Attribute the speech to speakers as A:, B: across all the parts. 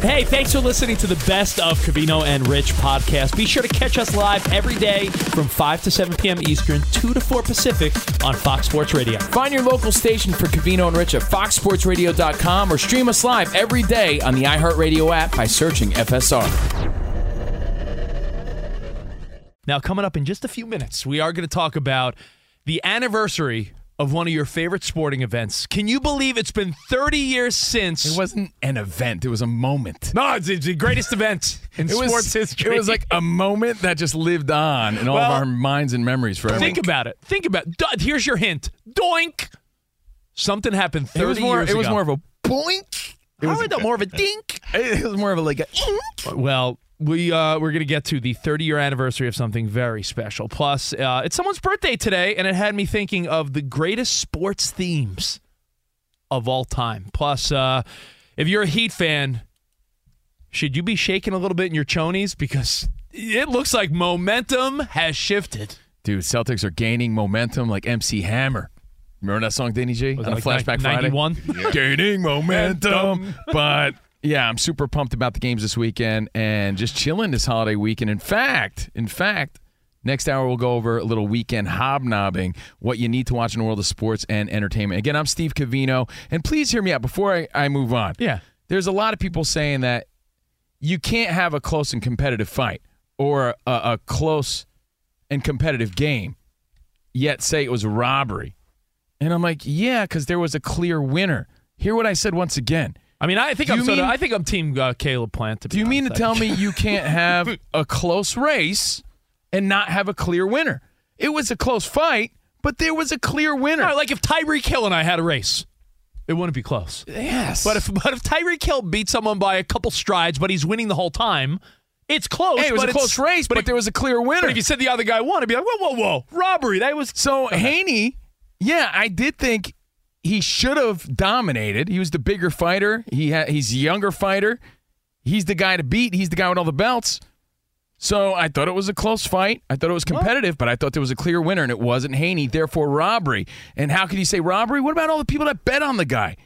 A: Hey, thanks for listening to the Best of Cavino and Rich podcast. Be sure to catch us live every day from 5 to 7 p.m. Eastern, 2 to 4 Pacific on Fox Sports Radio.
B: Find your local station for Cavino and Rich at foxsportsradio.com or stream us live every day on the iHeartRadio app by searching FSR.
A: Now, coming up in just a few minutes, we are going to talk about the anniversary of one of your favorite sporting events. Can you believe it's been 30 years since?
B: It wasn't an event, it was a moment.
A: No, it's the greatest event in
B: it
A: sports
B: was,
A: history.
B: It was like a moment that just lived on in all
A: Well,
B: of our minds and memories forever.
A: Think about it. Think about it. Do- Here's your hint. Doink. Something happened 30
B: it was more
A: years
B: it was
A: ago.
B: more of a boink. It
A: I
B: was,
A: would know more of a dink.
B: it was more of a like a ink.
A: Well, we uh, we're gonna get to the 30 year anniversary of something very special. Plus, uh, it's someone's birthday today, and it had me thinking of the greatest sports themes of all time. Plus, uh, if you're a Heat fan, should you be shaking a little bit in your chonies because it looks like momentum has shifted.
B: Dude, Celtics are gaining momentum like MC Hammer. Remember that song, Danny G?
A: Was
B: on
A: it
B: the
A: like
B: Flashback
A: ni-
B: Friday.
A: 91?
B: gaining momentum. but yeah, I'm super pumped about the games this weekend and just chilling this holiday weekend. In fact, in fact, next hour we'll go over a little weekend hobnobbing, what you need to watch in the world of sports and entertainment. Again, I'm Steve Cavino, and please hear me out before I, I move on.
A: Yeah.
B: There's a lot of people saying that you can't have a close and competitive fight or a, a close and competitive game, yet say it was a robbery. And I'm like, yeah, because there was a clear winner. Hear what I said once again.
A: I mean, I think
B: Do
A: I'm
B: you
A: sort of-
B: mean-
A: I think I'm team uh, Caleb Plant. To be
B: Do you mean to
A: honest.
B: tell me you can't have a close race and not have a clear winner? It was a close fight, but there was a clear winner.
A: No, like if Tyreek Hill and I had a race, it wouldn't be close.
B: yes.
A: But if but if Tyreek Hill beats someone by a couple strides, but he's winning the whole time, it's close.
B: hey, it was
A: but
B: a
A: it's-
B: close race, but,
A: if-
B: there was a clear winner.
A: But if you said the other guy won, it'd be like whoa, whoa, whoa, robbery. That was
B: So Haney, yeah, I did think he should have dominated. He was the bigger fighter. He ha- he's a younger fighter. He's the guy to beat. He's the guy with all the belts. So I thought it was a close fight. I thought it was competitive, but I thought there was a clear winner, and it wasn't Haney. Therefore, robbery. And how could you say robbery? What about all the people that bet on the guy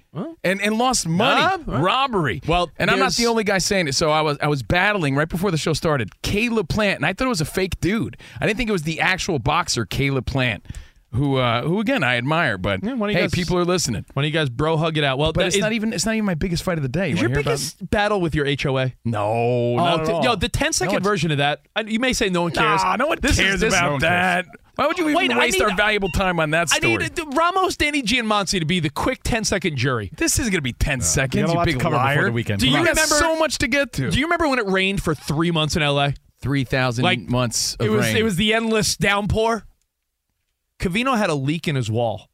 B: and and lost money?
A: Huh? Huh?
B: Robbery.
A: Well,
B: and I'm not
A: there's-
B: the only guy saying it. So I was I was battling right before the show started. Caleb Plant, and I thought it was a fake dude. I didn't think it was the actual boxer Caleb Plant, who uh, who again I admire. But
A: Yeah, one of
B: hey,
A: you guys-
B: people are listening.
A: when you guys bro hug it out. Well,
B: But
A: that
B: it's
A: is-
B: not even it's not even my biggest fight of the day. You
A: is
B: wanna
A: your
B: hear about-
A: biggest battle with your HOA.
B: No, not
A: Oh,
B: at
A: d-
B: all.
A: yo, the 10 second
B: it's-
A: version of that. I, you may say no one cares.
B: Nah, no one
A: This is-
B: cares
A: this-
B: about
A: no one cares.
B: that. Why would you even
A: Wait, I
B: waste
A: need-
B: our valuable time on that
A: I
B: story?
A: need uh, Ramos, Danny Giamonsi to be the quick 10 second jury.
B: this is going to be 10 seconds,
C: got a
B: you
C: lot to
B: big
C: cover before
B: liar.
C: the weekend.
A: Do
B: You
A: you
B: got
A: remember?
B: so much to get to.
A: do you remember when it rained for three months in LA?
B: 3,000
A: Like,
B: months of
A: it was
B: rain.
A: it was the endless downpour. Cavino had a leak in his wall.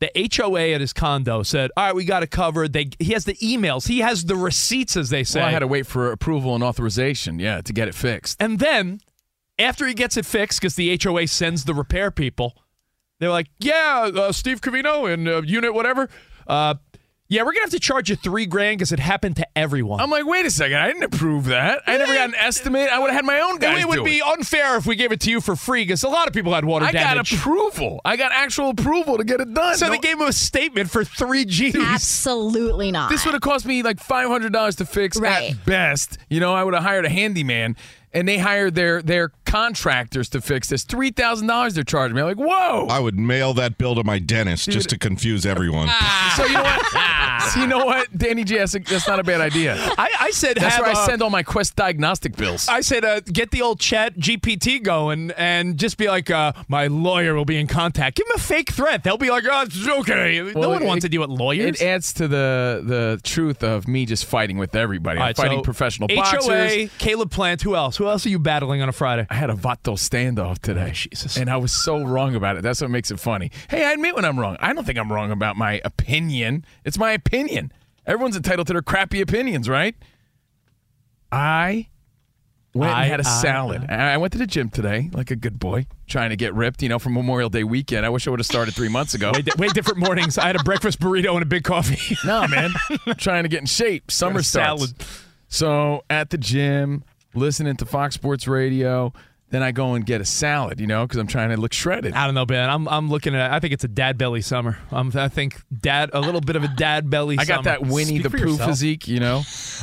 A: The HOA at his condo said, "All right, we got it covered." They he has the emails, he has the receipts, as they say.
B: Well, I had to wait for approval and authorization, yeah, to get it fixed.
A: and then after he gets it fixed, because the HOA sends the repair people, they're like, "Yeah, uh, Steve Cavino and uh, unit whatever, uh, Yeah, we're gonna have to charge you three grand because it happened to everyone.
B: I'm like, wait a second, I didn't approve that. I never got an estimate. I would have had my own guys
A: it would
B: do
A: be unfair if we gave it to you for free because a lot of people had water
B: I
A: damage.
B: got approval. I got actual approval to get it done.
A: so they
B: No-
A: gave him a statement for three G's.
C: Absolutely not.
B: This would have cost me like five hundred dollars to fix
C: Right.
B: at best. You know, I would have hired a handyman, and they hired their their contractors to fix this. Three thousand dollars they're charging me. I'm like, whoa.
D: I would mail that bill to my dentist just to confuse everyone.
B: so you know what? so you know what, Danny J, that's, that's not a bad idea.
A: I, I said
B: That's
A: have
B: where I
A: a-
B: send all my Quest diagnostic bills.
A: I said, uh, get the old chat GPT going and just be like, uh, my lawyer will be in contact. Give him a fake threat. They'll be like, oh, it's okay. no
B: Well,
A: one
B: it-
A: wants to deal with lawyers.
B: It adds to the the truth of me just fighting with everybody.
A: All
B: I'm
A: right,
B: fighting
A: so
B: professional
A: HOA,
B: boxers.
A: Caleb Plant, who else? Who else are you battling on a Friday?
B: I had a Vato standoff today.
A: Jesus.
B: And I was so wrong about it. That's what makes it funny. Hey, I admit when I'm wrong. I don't think I'm wrong about my opinion. It's my opinion. Everyone's entitled to their crappy opinions, right? I went
A: I-
B: and had a
A: I-
B: salad. I, uh, I went to the gym today, like a good boy, trying to get ripped, you know, for Memorial Day weekend. I wish I would have started three months ago.
A: Way, di- way different mornings. I had a breakfast burrito and a big coffee.
B: No, man. trying to get in shape. Summer
A: a
B: starts.
A: salad.
B: So at the gym, listening to Fox Sports Radio. Then I go and get a salad, you know, because I'm trying to look shredded.
A: I don't know, Ben. I'm I'm looking at. I think it's a dad belly summer. Um, I think dad a little bit of a dad belly.
B: I
A: summer.
B: got that Winnie
A: Speak
B: the
A: for
B: Pooh
A: yourself.
B: physique, you know.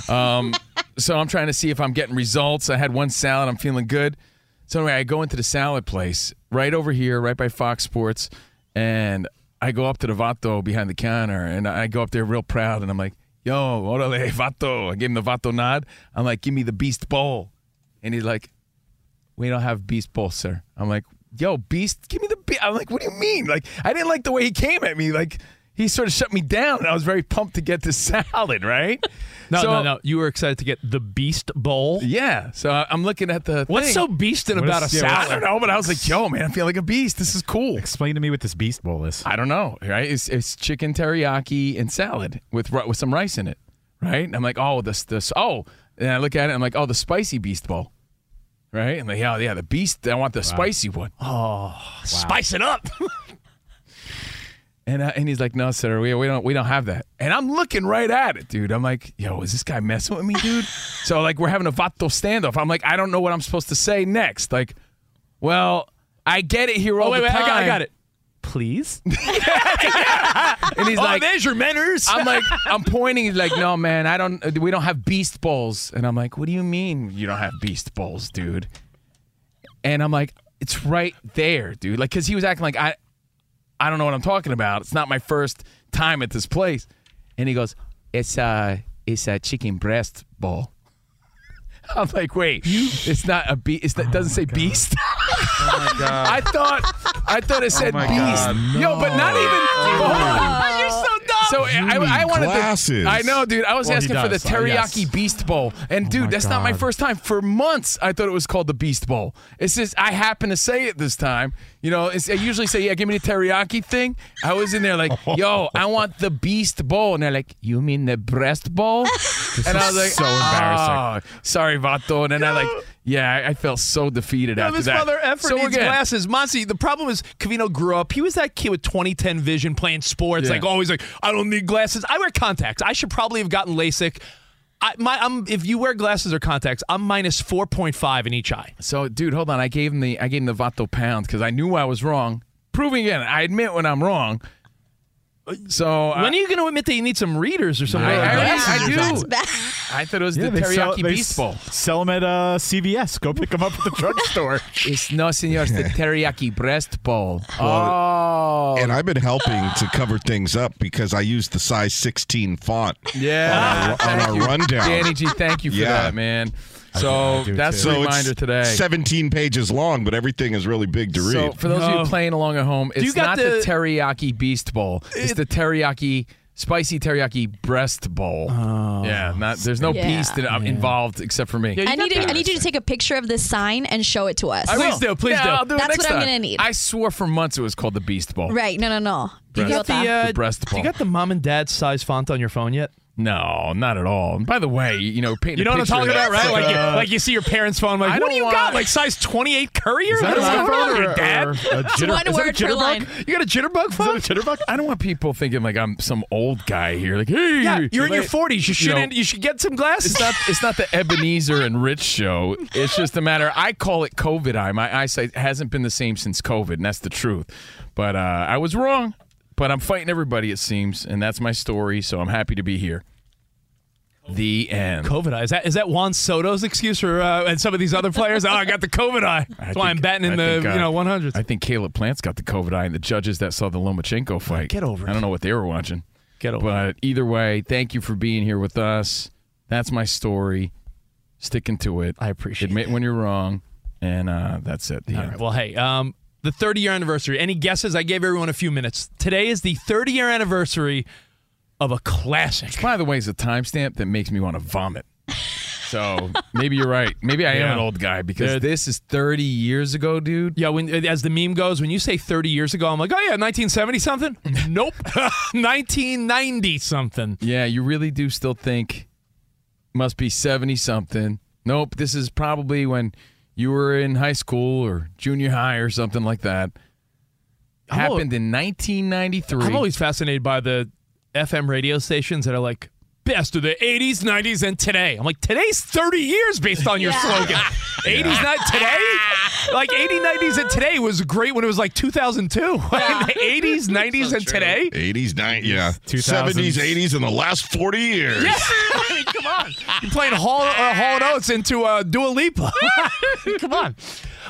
B: Um, so I'm trying to see if I'm getting results. I had one salad. I'm feeling good. So anyway, I go into the salad place right over here, right by Fox Sports, and I go up to the vato behind the counter, and I go up there real proud, and I'm like, "Yo, orale, vato!" I gave him the vato nod. I'm like, "Give me the beast bowl," and he's like, we don't have beast bowl, sir. I'm like, yo, beast, give me the beast. I'm like, what do you mean? Like, I didn't like the way he came at me. Like, he sort of shut me down, and I was very pumped to get this salad, right?
A: No,
B: So-
A: no, no. You were excited to get the Beast Bowl.
B: Yeah. So I- I'm looking at the.
A: What's
B: thing.
A: so beastin'
E: What
A: about a
E: is- yeah,
B: I
A: salad?
B: don't know, but I was like, yo, man, I feel like a beast. This is cool.
E: Explain to me what this Beast Bowl is.
B: I don't know, right? It's, it's chicken teriyaki and salad with ri- with some rice in it, right? And I'm like, oh, this this oh, and I look at it, I'm like, oh, the spicy beast bowl, right? And like, yeah, yeah, the beast. I want the spicy one.
A: Oh. Spice it up.
B: And, I, and he's like, no, sir, we, we don't we don't have that. And I'm looking right at it, dude. I'm like, yo, is this guy messing with me, dude? so like, we're having a vato standoff. I'm like, I don't know what I'm supposed to say next. Like, well, I get it here all
A: Oh wait,
B: the
A: wait. I
B: time.
A: got, I got it. Please.
B: And he's
A: oh,
B: like,
A: there's your manners.
B: I'm like, I'm pointing. He's like, no, man, I don't. We don't have beast bowls. And I'm like, what do you mean you don't have beast bowls, dude? And I'm like, it's right there, dude. Like, cause he was acting like I, I don't know what I'm talking about. It's not my first time at this place. And he goes, it's a, it's a chicken breast bowl. I'm like, wait, it's not a beast. It's not, it doesn't say beast. Oh I thought, I thought it said
E: Oh my
B: beast.
E: God,
B: Yo, but not even. but hold on.
A: You're so dumb.
B: So I, I, I wanted
D: glasses.
B: The, I know, dude. I was
E: Well, he
B: asking for the
E: does, uh,
B: teriyaki
E: yes. Oh
B: beast bowl, and dude,
E: my
B: that's not my
E: God.
B: first time. For months, I thought it was called the beast bowl. It's just I happen to say it this time. You know, it's, I usually say, "Yeah, give me the teriyaki thing." I was in there like, "Yo, I want the beast bowl," and they're like, "You mean the breast bowl?" and I was like,
E: so embarrassing.
B: "Oh, sorry, Vato." And then I like, yeah, I, I felt so defeated
A: Now
B: after
A: this
B: that.
A: mother effort
B: so
A: needs
B: again,
A: glasses. Monty, the problem is Cavino grew up. He was that kid with 2010 vision playing sports,
B: Yeah.
A: like always like, I don't need glasses. I wear contacts. I should probably have gotten LASIK. I, my, I'm, if you wear glasses or contacts, I'm minus 4.5 in each eye.
B: So, dude, hold on. I gave him the I gave him the vato pound because I knew I was wrong. Proving again, I admit when I'm wrong. So I,
A: when are you going to admit that you need some readers or something?
B: I,
A: like
B: I-
A: that?
B: I do.
C: That's bad.
B: I thought it was the
E: they
B: teriyaki
E: sell, they
B: beast
E: s-
B: bowl.
E: Sell them at uh, CVS. Go pick them up at the drugstore.
B: It's no, senor, it's the teriyaki breast bowl. oh,
D: and I've been helping to cover things up because I use the size 16 font
B: yeah.
D: on our rundown.
B: Danny G, thank you for
D: Yeah.
B: that, man. So that's the
D: so
B: reminder
D: it's
B: today.
D: 17 pages long, but everything is really big to read.
B: So for those of
A: No.
B: you playing along at home,
A: Oh. you
B: it's
A: got
B: not the,
A: the-
B: teriyaki beast bowl. It's the teriyaki spicy teriyaki breast bowl.
A: Oh.
B: yeah, not there's no
C: Yeah.
B: beast in, uh, involved except for me.
C: I need to, I need you to take a picture of this sign and show it to us.
B: I will.
A: Please do, please
B: Yeah,
A: do.
B: I'll do it
C: That's
B: next
C: what I'm
B: time.
C: gonna need.
B: I swore for months it was called the beast bowl.
C: Right? No, no, no.
A: You got the,
C: Idiota.
A: uh,
B: The breast
A: you
B: ball.
A: got the mom and dad size font on your phone yet?
B: No, not at all. And by the way, you know, painting
A: You know
B: a
A: what I'm
B: picture
A: talking
B: of
A: about, right?
B: that,
A: Like,
B: it's
A: you,
B: uh,
A: like you see your parents' phone, like,
B: I
A: what do
B: don't
A: you
B: want-
A: got? Like size 28 courier?
E: Is that
A: What's
E: an
A: going on
E: iPhone
A: with
E: or,
A: your dad?
E: or a jitter-
C: one
B: is that a
C: word per
B: jitterbug?
C: line.
B: You got a jitterbug phone? Is that a jitterbug? I don't want people thinking like I'm some old guy here. Like, hey,
A: Yeah, you're in your
B: Wait,
A: 40s. You should
B: know,
A: not you should get some glasses.
B: it's not it's not the Ebenezer and Rich show. It's just a matter. I call it COVID eye. My eyesight hasn't been the same since COVID, and that's the truth. But uh, I was wrong. But I'm fighting everybody, it seems, and that's my story. So I'm happy to be here. The end.
A: COVID eye. Is that is that Juan Soto's excuse for uh, and some of these other players? oh, I got the COVID eye. That's
B: I
A: why I'm
B: think-
A: batting in
B: I
A: the
B: think, uh,
A: you know 100s.
B: I think Caleb Plant's got the COVID eye, and the judges that saw the Lomachenko fight.
A: Get over
B: I
A: it.
B: don't know what they were watching.
A: Get over
B: But either way, thank you for being here with us. That's my story. Sticking to it.
A: I appreciate
B: Admit when you're wrong, and uh, that's it. The
A: All
B: end.
A: right. Well, hey, um, the 30 year anniversary. Any guesses? I gave everyone a few minutes. Today is the 30 year anniversary of a classic.
B: By the way, it's a timestamp that makes me want to vomit. So maybe you're right. Maybe I am
A: Yeah.
B: an old guy because
A: There-
B: this is 30 years ago, dude.
A: Yeah, when as the meme goes, when you say 30 years ago, I'm like, oh yeah, 1970 something. nope, 1990 something.
B: Yeah, you really do still think must be 70 something. Nope, this is probably when you were in high school or junior high or something like that.
A: I'm al-
B: Happened in 1993.
A: I'm always fascinated by the FM radio stations that are like best of the 80s, 90s, and today. I'm like, today's 30 years based on your slogan. 80s, not today. Like 80, 90s, and today was great when it was like 2002. the 80s, 90s, and today.
D: 80s, 90s, yeah.
E: 2000s.
D: 70s, 80s in the last 40 years.
A: Yeah. I mean, come on. You're playing Hall, uh, Hall and Oates into uh, Dua Lipa. come on.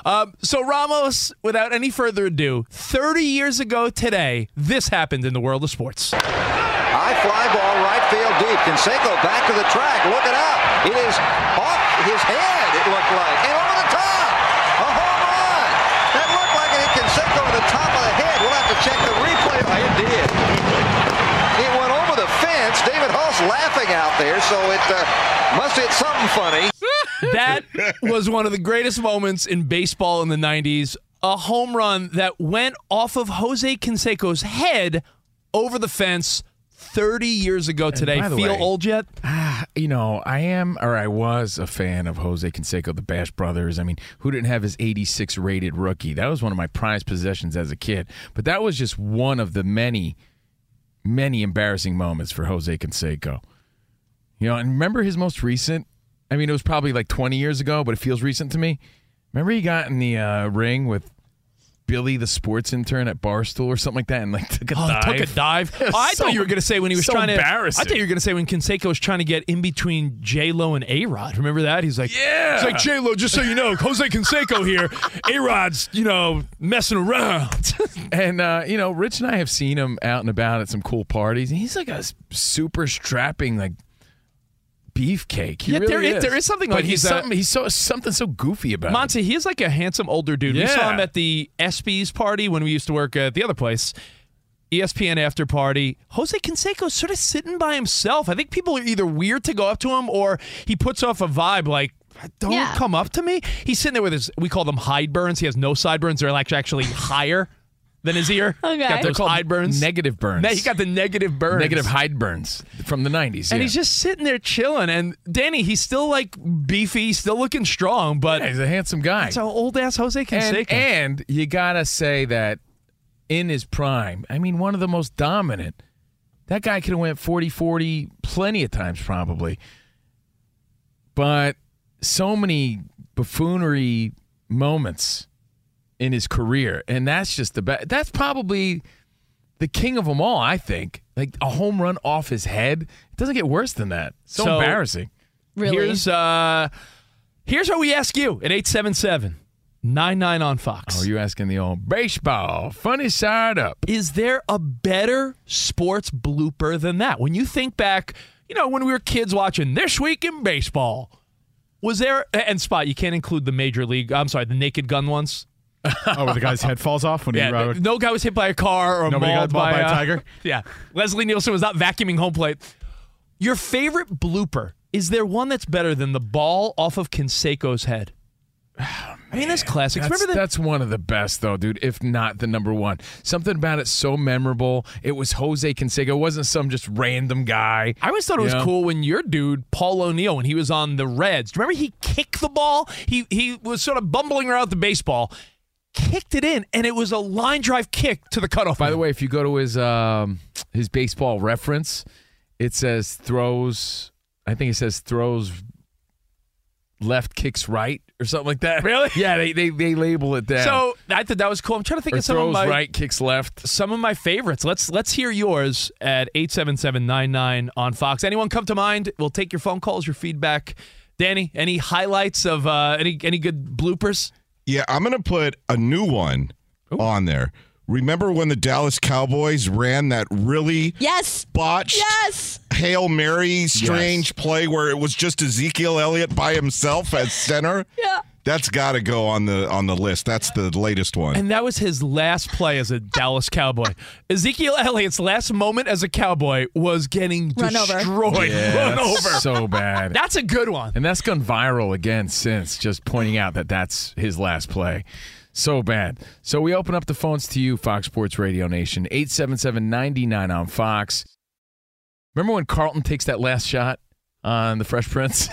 A: Um, so, Ramos, without any further ado, 30 years ago today, this happened in the world of sports.
F: High fly ball, right field deep. Canseco back to the track. Look it up. It is off his head, it looked like. And over the top. A home run. That looked like it hit Canseco in the top of the head. We'll have to check the replay. Oh, it did. It went over the fence. David Hull's laughing out there, so it uh, must hit something funny.
A: That was one of the greatest moments in baseball in the 90s. A home run that went off of Jose Canseco's head over the fence 30 years ago today.
B: by the
A: Feel
B: way- Ah,
A: old yet?
B: you know, I am or I was a fan of Jose Canseco, the Bash Brothers. I mean, who didn't have his 86 rated rookie? That was one of my prized possessions as a kid. But that was just one of the many, many embarrassing moments for Jose Canseco. You know, and remember his most recent? I mean, it was probably like 20 years ago, but it feels recent to me. Remember he got in the uh, ring with Billy, the sports intern at Barstool or something like that, and like took a
A: Oh,
B: dive.
A: took a dive.
B: It was
A: I
B: so-
A: thought you were going to say when he was
B: so
A: trying to. I
B: embarrassing.
A: thought you were going to say when Canseco was trying to get in between J Lo and A Rod. Remember that? He's like,
B: Yeah.
A: He's like J Lo. Just so you know, Jose Canseco here. A Rod's, you know, messing around.
B: And uh, you know, Rich and I have seen him out and about at some cool parties. And he's like a s- super strapping like beefcake. He
A: Yeah,
B: really
A: there is- there is something
B: but
A: like
B: he's
A: he's
B: uh,
A: a-
B: something, he's so something so goofy about. him.
A: Monty, he is like a handsome older dude. We saw
B: Yeah.
A: him at the ESPYS party when we used to work at the other place. E ESPN after party. Jose Canseco's sort of sitting by himself. I think people are either weird to go up to him or he puts off a vibe like, don't
C: Yeah.
A: come up to me. He's sitting there with his, we call them hideburns. He has no sideburns. They're like actually higher than his ear.
C: Okay.
A: Got
B: They're
A: those
B: called
A: hideburns.
B: negative burns.
A: Ne- he got the negative burns.
B: negative hide burns from the nineties.
A: And
B: yeah.
A: he's just sitting there chilling. And Danny, he's still like beefy, still looking strong, but
B: Yeah, he's a handsome guy.
A: it's an old ass Jose Canseco.
B: and, and you gotta say that in his prime, I mean, one of the most dominant. That guy could have went 40-40 plenty of times probably. But so many buffoonery moments in his career, and that's just the best. That's probably the king of them all, I think. Like a home run off his head. It doesn't get worse than that. So,
A: So-
B: embarrassing.
C: Really?
A: Here's uh here's what we ask you at 877 99 on Fox.
B: Are Oh, you asking the old baseball funny side up?
A: Is there a better sports blooper than that? When you think back, you know, when we were kids watching This Week in Baseball, was there and Spot, you can't include the major league, I'm sorry, the naked gun ones.
E: Oh, where the guy's head falls off when he
A: Yeah,
E: rode.
A: no guy was hit by a car or
E: Nobody got
A: mauled
E: mauled by a
A: uh,
E: tiger?
A: yeah, Leslie Nielsen was not vacuuming home plate. Your favorite blooper is there one that's better than the ball off of Canseco's head? I mean, that's classics.
B: That's,
A: Remember that?
B: that's one of the best, though, dude. If not the number one, something about it so memorable. It was Jose Canseco. It wasn't some just random guy.
A: I always thought it was cool when your dude Paul O'Neill, when he was on the Reds, do you remember he kicked the ball? He he was sort of bumbling around the baseball, kicked it in, and it was a line drive kick to the cutoff.
B: By the way, if you go to his um, his baseball reference, it says throws. I think it says throws left, kicks right, or something like that.
A: Really?
B: Yeah, they they, they label it that.
A: So I thought that was cool. I'm trying to think
B: Or
A: of some of
B: throws
A: my
B: right, kicks left.
A: Some of my favorites. Let's let's hear yours at 877-99 on Fox. Anyone come to mind? We'll take your phone calls, your feedback. Danny, any highlights of uh, any any good bloopers?
D: Yeah, I'm going to put a new one on there. Remember when the Dallas Cowboys ran that really
C: yes
D: botched yes. Hail Mary strange play where it was just Ezekiel Elliott by himself at center? yeah. That's got to go on the on the list. That's the latest one.
A: And that was his last play as a Dallas Cowboy. Ezekiel Elliott's last moment as a Cowboy was getting
C: Run over.
A: destroyed,
B: Yeah,
A: run
B: that's
A: over.
B: So bad.
A: That's a good one.
B: And that's gone viral again since, just pointing out that that's his last play. So bad. So we open up the phones to you, Fox Sports Radio Nation, 877-99 on Fox. Remember when Carlton takes that last shot on the Fresh Prince?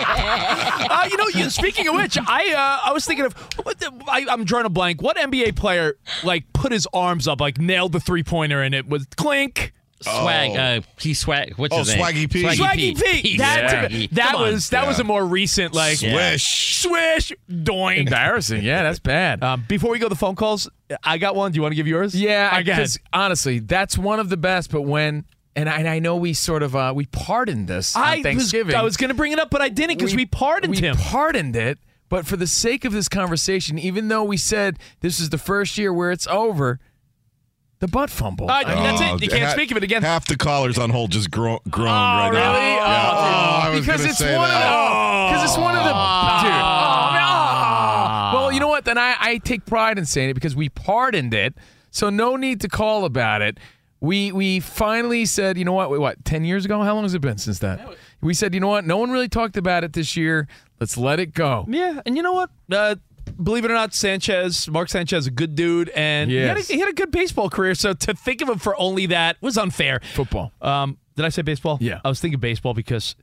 A: uh, you know, you, speaking of which, I uh, I was thinking of what the, I, I'm drawing a blank. What NBA player like put his arms up, like nailed the three pointer, and it was clink.
G: Swag, uh, he swag. What's
D: Oh,
G: his name?
D: Swaggy P.
A: Swaggy P. That,
G: Swaggy.
A: that
G: Come on.
A: was that was a more recent like
D: Swish.
A: swish doink.
B: Embarrassing. Yeah, that's bad.
A: Um, before we go to the phone calls, I got one. Do you want to give yours?
B: Yeah,
A: I guess.
B: because honestly, that's one of the best. But when and I, and I know we sort of uh, we pardoned this
A: I
B: on
A: was,
B: Thanksgiving.
A: I was going to bring it up, but I didn't because we, pardoned
B: we
A: him.
B: pardoned it, but for the sake of this conversation, even though we said this is the first year where it's over, the butt fumble.
A: Uh, that's
D: Oh,
A: it. You can't
D: ha-
A: speak of it again. Oh,
D: Half the callers on hold just gro- groan right
A: really?
D: now. Yeah.
A: Oh,
D: I was
B: because
D: gonna
B: it's
D: say
B: one
D: that.
B: of the because it's one of the dude. Oh, man, oh. Well, you know what? Then I, I take pride in saying it because we pardoned it, so no need to call about it. We we finally said, you know what? Wait, what? Ten years ago? How long has it been since that? We said, you know what? No one really talked about it this year. Let's let it go.
A: Yeah, and you know what? Uh, believe it or not, Sanchez, Mark Sanchez, a good dude, and he, had a,
B: Yes.
A: he had a good baseball career. So to think of him for only that was unfair.
B: Football.
A: Um, did I say baseball?
B: Yeah.
A: I was thinking baseball because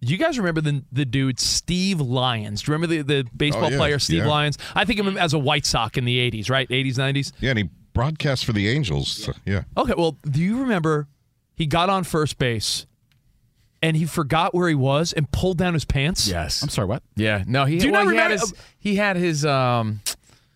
A: you guys remember the the dude Steve Lyons. Do you remember the, the baseball
D: Oh, yeah,
A: player Steve
D: yeah.
A: Lyons? I think of him as a White Sox in the '80s, right? '80s, '90s.
D: Yeah, and he broadcast for the Angels. so- yeah.
A: Okay, well, do you remember he got on first base and he forgot where he was and pulled down his pants?
B: Yes.
E: I'm sorry, what?
B: Yeah. No, he,
A: Do you
B: well,
A: not
B: he had
A: remember-
B: his he had his um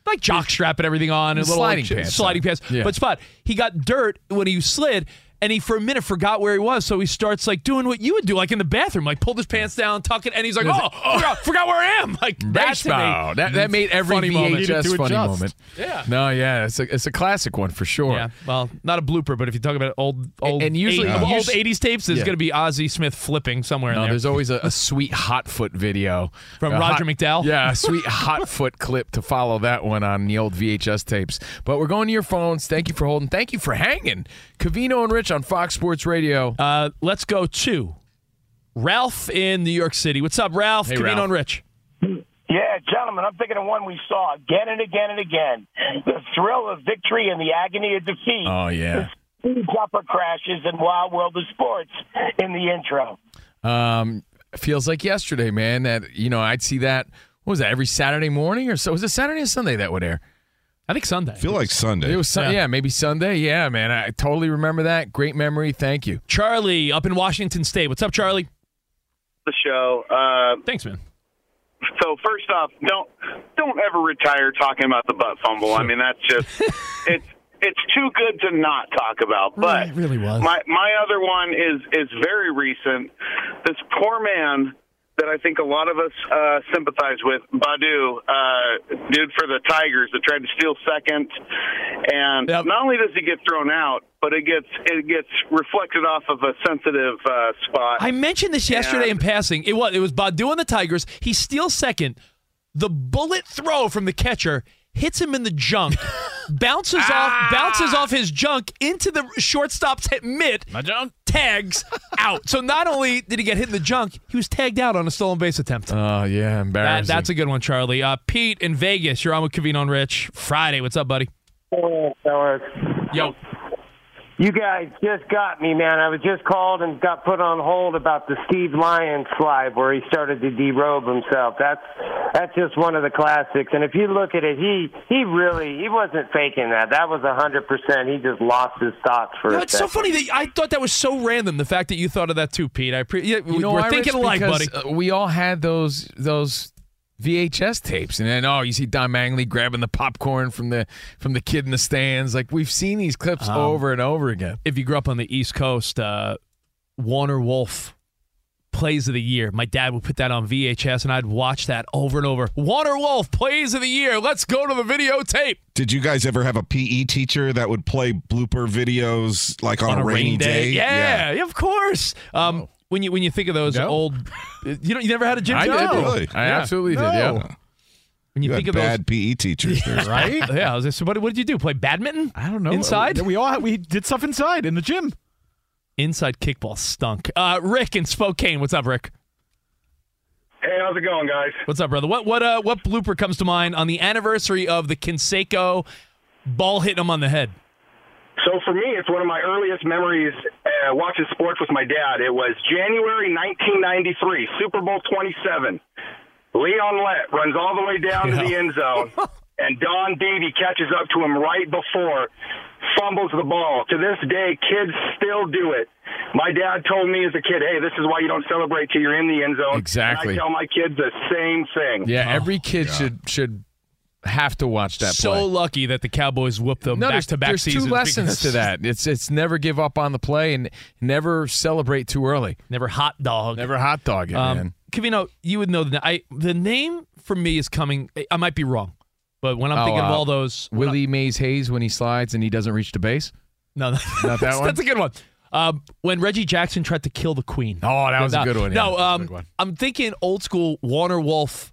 A: like jock strap and everything on and
B: His
A: little
B: sliding
A: ch-
B: pants
A: sliding
B: on.
A: pants.
B: Yeah.
A: But spot, he got dirt when he slid and he for a minute forgot where he was, so he starts like doing what you would do, like in the bathroom, like pulled his pants down, tuck it, and he's like, Oh, forgot, forgot where I am. Like that's
B: baseball. That, that made every
A: funny
B: VHS
A: moment.
E: Needed to
B: funny
E: adjust.
B: moment.
A: Yeah.
B: No, yeah, it's a it's a classic one for sure.
A: Yeah, well, not a blooper, but if you talk about old old
B: And usually-
A: eight-
B: Yeah.
A: old
B: usu-
A: eighties tapes, there's
B: Yeah.
A: gonna be Ozzy Smith flipping somewhere
B: No,
A: in there.
B: there's always a, a sweet hot foot video
A: From
B: A
A: Roger
B: hot-
A: McDowell?
B: Yeah, a sweet hot foot clip to follow that one on the old VHS tapes. But we're going to your phones. Thank you for holding. Thank you for hanging. Cavino and Rich on Fox Sports Radio.
A: uh, let's go to Ralph in New York City. What's up, Ralph?
B: Hey,
A: Come in
B: Ralph.
A: on Rich.
H: Yeah, gentlemen, I'm thinking of one we saw again and again and again. The thrill of victory and the agony of defeat.
B: Oh yeah.
H: Jumper crashes and wild world of sports in the intro.
B: Um, feels like yesterday, man. That you know, I'd see that. What was that? Every Saturday morning or so? Was it Saturday or Sunday that would air?
A: I think Sunday.
D: I feel like Sunday.
B: It was Sun-
A: Yeah.
B: yeah. maybe Sunday. Yeah, man, I totally remember that. Great memory. Thank you.
A: Charlie up in Washington State. What's up, Charlie?
I: the show. Uh,
A: Thanks, man.
I: so first off, don't don't ever retire talking about the butt fumble. I mean, that's just it's it's too good to not talk about. But
A: It really was.
I: my my other one is is very recent. This poor man that I think a lot of us uh, sympathize with, Badu, uh, dude for the Tigers that tried to steal second, and
A: Yep.
I: not only does he get thrown out, but it gets it gets reflected off of a sensitive uh, spot.
A: I mentioned this yesterday in passing. It was it was Badu and the Tigers. He steals second. The bullet throw from the catcher hits him in the junk. bounces
B: Ah!
A: off bounces off his junk into the shortstop's hit mid. My junk tags out. So not only did he get hit in the junk, he was tagged out on a stolen base attempt.
B: Oh yeah, embarrassing.
A: that's a good one, Charlie. Uh, Pete in Vegas, you're on with Kavino and Rich Friday. What's up, buddy?
J: Yo. You guys just got me, man. I was just called and got put on hold about the Steve Lyons slide where he started to derobe himself. That's that's just one of the classics. And if you look at it, he he really he wasn't faking that. That was a hundred percent. He just lost his thoughts for
A: No,
J: a
A: it's so
J: second.
A: funty that I thought that was so random. The fact that you thought of that too, Pete. I pre- yeah,
B: You know
A: we're
B: why,
A: thinking
B: Rich?
A: alike,
B: Because,
A: buddy.
B: uh, we all had those those VHS tapes, and then oh, you see Don Mangley grabbing the popcorn from the from the kid in the stands. Like we've seen these clips
A: Um,
B: over and over again.
A: If you grew up on the East Coast, uh, Warner Wolf plays of the year. My dad would put that on VHS, and I'd watch that over and over. Warner Wolf plays of the year. Let's go to the videotape.
D: Did you guys ever have a PE teacher that would play blooper videos like on, a, rainy day?
A: Yeah, of course. Um, When you when you think of those
D: No.
A: old, you know, you never had a gym
D: I did,
A: teacher?
D: really. I absolutely did, yeah.
A: When you,
D: You
A: think
D: had
A: of those
D: bad PE teachers, there.
A: yeah. I was like, so what, what did you do? Play badminton? I don't
E: know.
A: Inside?
E: We- we
A: all we did stuff inside in the gym. Inside kickball stunk. Uh, Rick in Spokane. What's up, Rick?
K: Hey, how's it going, guys?
A: What's up, brother? What what uh what blooper comes to mind on the anniversary of the Conseco ball hitting him on the head?
K: So for me, it's one of my earliest memories uh, watching sports with my dad. It was January 1993, Super Bowl 27. Leon Lett runs all the way down to the end zone, and Don Beatty catches up to him right before, fumbles the ball. To this day, kids still do it. My dad told me as a kid, hey, this is why you don't celebrate till you're in the end zone.
B: Exactly.
K: And I tell my kids the same
A: Oh,
K: thing.
B: Yeah, every kid should should have to watch that.
A: so
B: play.
A: lucky that the Cowboys whooped them
B: No,
A: back
B: there's,
A: to back
B: there's
A: seasons.
B: two lessons
A: because-
B: to that. It's it's never give up on the play and never celebrate too early.
A: Never hot dog.
B: Never hot dog it, man.
A: Um, Cavino, you would know the I the name for me is coming. I might be wrong, but when I'm
B: Oh,
A: thinking of
B: uh,
A: all those,
B: Willie Mays Hayes when he slides and he doesn't reach the base.
A: No, no.
B: not that
A: That's-
B: one.
A: That's a good one. Um, when Reggie Jackson tried to kill the Queen.
B: Oh, that was a
A: No,
B: good one, yeah.
A: No,
B: That was a
A: um,
B: good one.
A: I'm thinking old school Warner Wolf.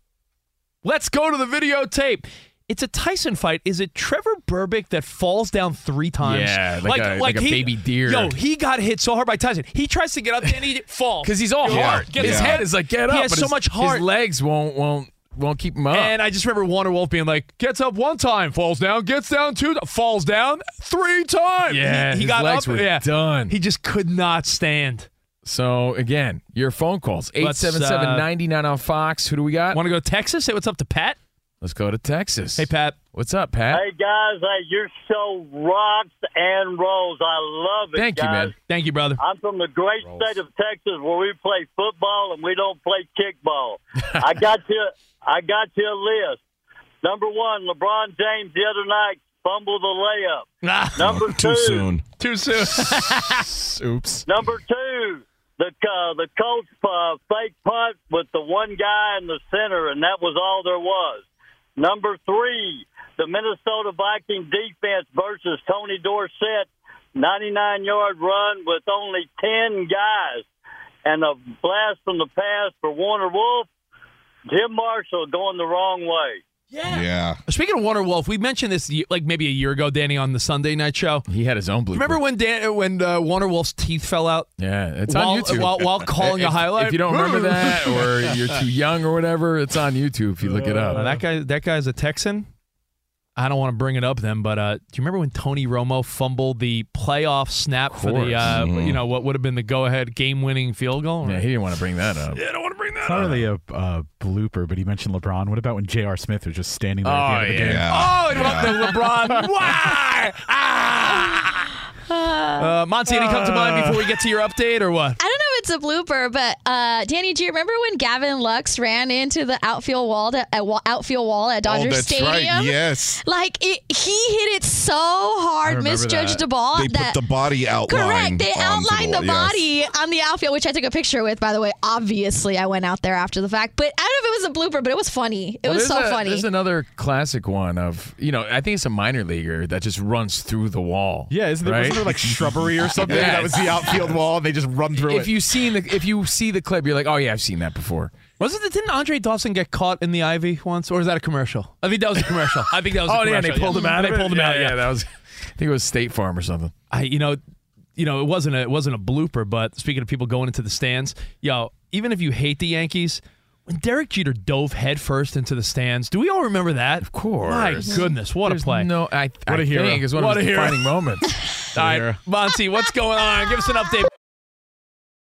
A: Let's go to the videotape. It's a Tyson fight. Is it Trevor Burbick that falls down three times?
B: Yeah, like a- like a baby deer.
A: Yo, he got hit so hard by Tyson. He tries to get up and he falls
B: because he's all
A: Yeah.
B: heart.
A: Gets
B: his head is like get up.
A: He has
B: but
A: so
B: his-
A: much heart.
B: His legs won't won't won't keep him up.
A: And I just remember Warner Wolf being like, gets up one time, falls down, gets down two, falls down three times.
B: yeah,
A: he, he
B: his
A: got
B: legs
A: up.
B: were
A: yeah,
B: done.
A: He just could not stand.
B: So again, your phone calls
A: Let's,
B: 877-99 on Fox. Who do we got?
A: Want to go to Texas? Hey, what's up to Pat?
B: Let's go to Texas. Hey
A: Pat,
B: what's up, Pat?
L: Hey guys, hey, your show rocks and rolls. I love it.
B: Thank you,
L: guys.
B: man.
A: Thank you, brother.
L: I'm from the great state of Texas where we play football and we don't play kickball. I got you. I got you a list. Number one, LeBron James the other night fumbled the layup. Number
D: Too
L: two.
D: soon.
A: Too soon.
B: Oops.
L: Number two, the uh, the Colts uh, fake punt with the one guy in the center, and that was all there was. Number three, the Minnesota Viking defense versus Tony Dorsett, 99 yard run with only 10 guys, and a blast from the past for Warner Wolf. Jim Marshall going the wrong way.
D: Yeah.
A: Speaking of Warner Wolf, we mentioned this ye- like maybe a year ago, Danny, on the Sunday night show.
B: He had his own blue.
A: Remember when Dan, when uh, Warner Wolf's teeth fell out?
B: Yeah, it's
A: while,
B: on YouTube.
A: While, while calling
B: If-
A: a highlight.
B: If you don't remember that, or you're too young, or whatever, it's on YouTube. If you look it up,
A: Uh, that guy, that guy's a Texan. I don't want to bring it up then, but uh, do you remember when Tony Romo fumbled the playoff snap for the
B: course.
A: uh,
B: Mhm.
A: you know what would have been the go-ahead game-winning field goal?
E: Yeah, he didn't want to bring that up.
A: Yeah, I don't want to bring that
E: It's not really a uh, blooper, but he mentioned LeBron. What about when J.R. Smith was just standing there at the end of the game?
A: Oh, and what the LeBron. Why? Ah! Uh, Monty, any come to mind before we get to your update or what?
C: I don't know if it's a blooper, but uh, Danny, do you remember when Gavin Lux ran into the outfield wall at, at wa- outfield wall at Dodger
D: oh, that's
C: Stadium?
D: right. Yes.
C: Like it, he hit it so hard, misjudged the ball
D: They
C: that
D: put the body outline.
C: correct. They
D: onto
C: outlined the,
D: wall, yes.
C: body on the outfield, which I took a picture with, by the way. Obviously, I went out there after the fact, but I don't know if it was a blooper, but it was funny. It
B: Well,
C: was so
B: there's a-
C: funny.
B: There's another classic one of you know I think it's a minor leaguer that just runs through the wall.
E: Yeah, isn't there,
B: right?
E: wasn't there there like shrubbery or something?
B: Yeah.
E: That was the outfield wall, and they just run through
B: if
E: it.
B: you seen the if you see the clip, you're like, oh yeah, I've seen that before.
A: Wasn't it? Didn't Andre Dawson get caught in the ivy once, or is that a commercial? I think that was a commercial. I think that was.
B: oh
A: a
B: yeah,
A: commercial,
B: they pulled him out. of
A: They
B: it?
A: pulled him out.
B: Yeah, that was. I think it was State Farm or something.
A: I, you know, you know, it wasn't a, it wasn't a blooper. But speaking of people going into the stands, yo, even if you hate the Yankees, when Derek Jeter dove headfirst into the stands, do we all remember that? Of course. My goodness, what
B: There's
A: a play!
B: No, I,
A: What
B: I
A: a hero.
B: think it's one
A: What a
B: of his
A: hero.
B: defining moments.
A: all right, Monty, what's going on? Give us an update.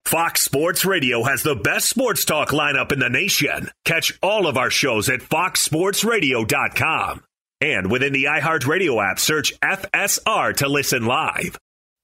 M: Fox Sports Radio has the best sports talk lineup in the nation. Catch all of our shows at foxsportsradio.com. And within the iHeartRadio app, search FSR to listen live.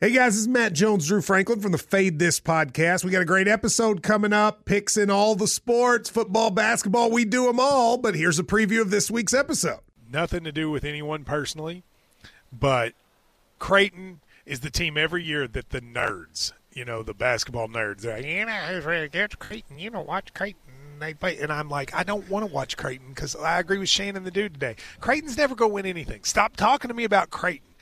N: Hey guys, this is Matt Jones, Drew Franklin from the Fade This podcast. We got a great episode coming up, picks in all the sports, football, basketball, we do them all. But here's a preview of this week's episode.
O: nothing to do with anyone personally, but Creighton is the team every year that the nerds, you know, the basketball nerds, they're like, you know who's really good? Creighton. You know, watch Creighton. They play, and I'm like, I don't want to watch Creighton because I agree with Shannon the dude today. Creighton's never going to win anything. Stop talking to me about Creighton.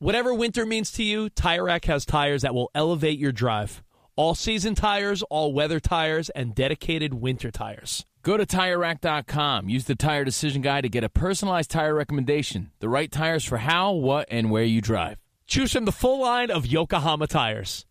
A: Whatever winter means to you, Tire Rack has tires that will elevate your drive. All season tires, all weather tires, and dedicated winter tires.
B: Go to TireRack.com. Use the Tire Decision Guide to get a personalized tire recommendation. The right tires for how, what, and where you drive.
A: Choose from the full line of Yokohama tires.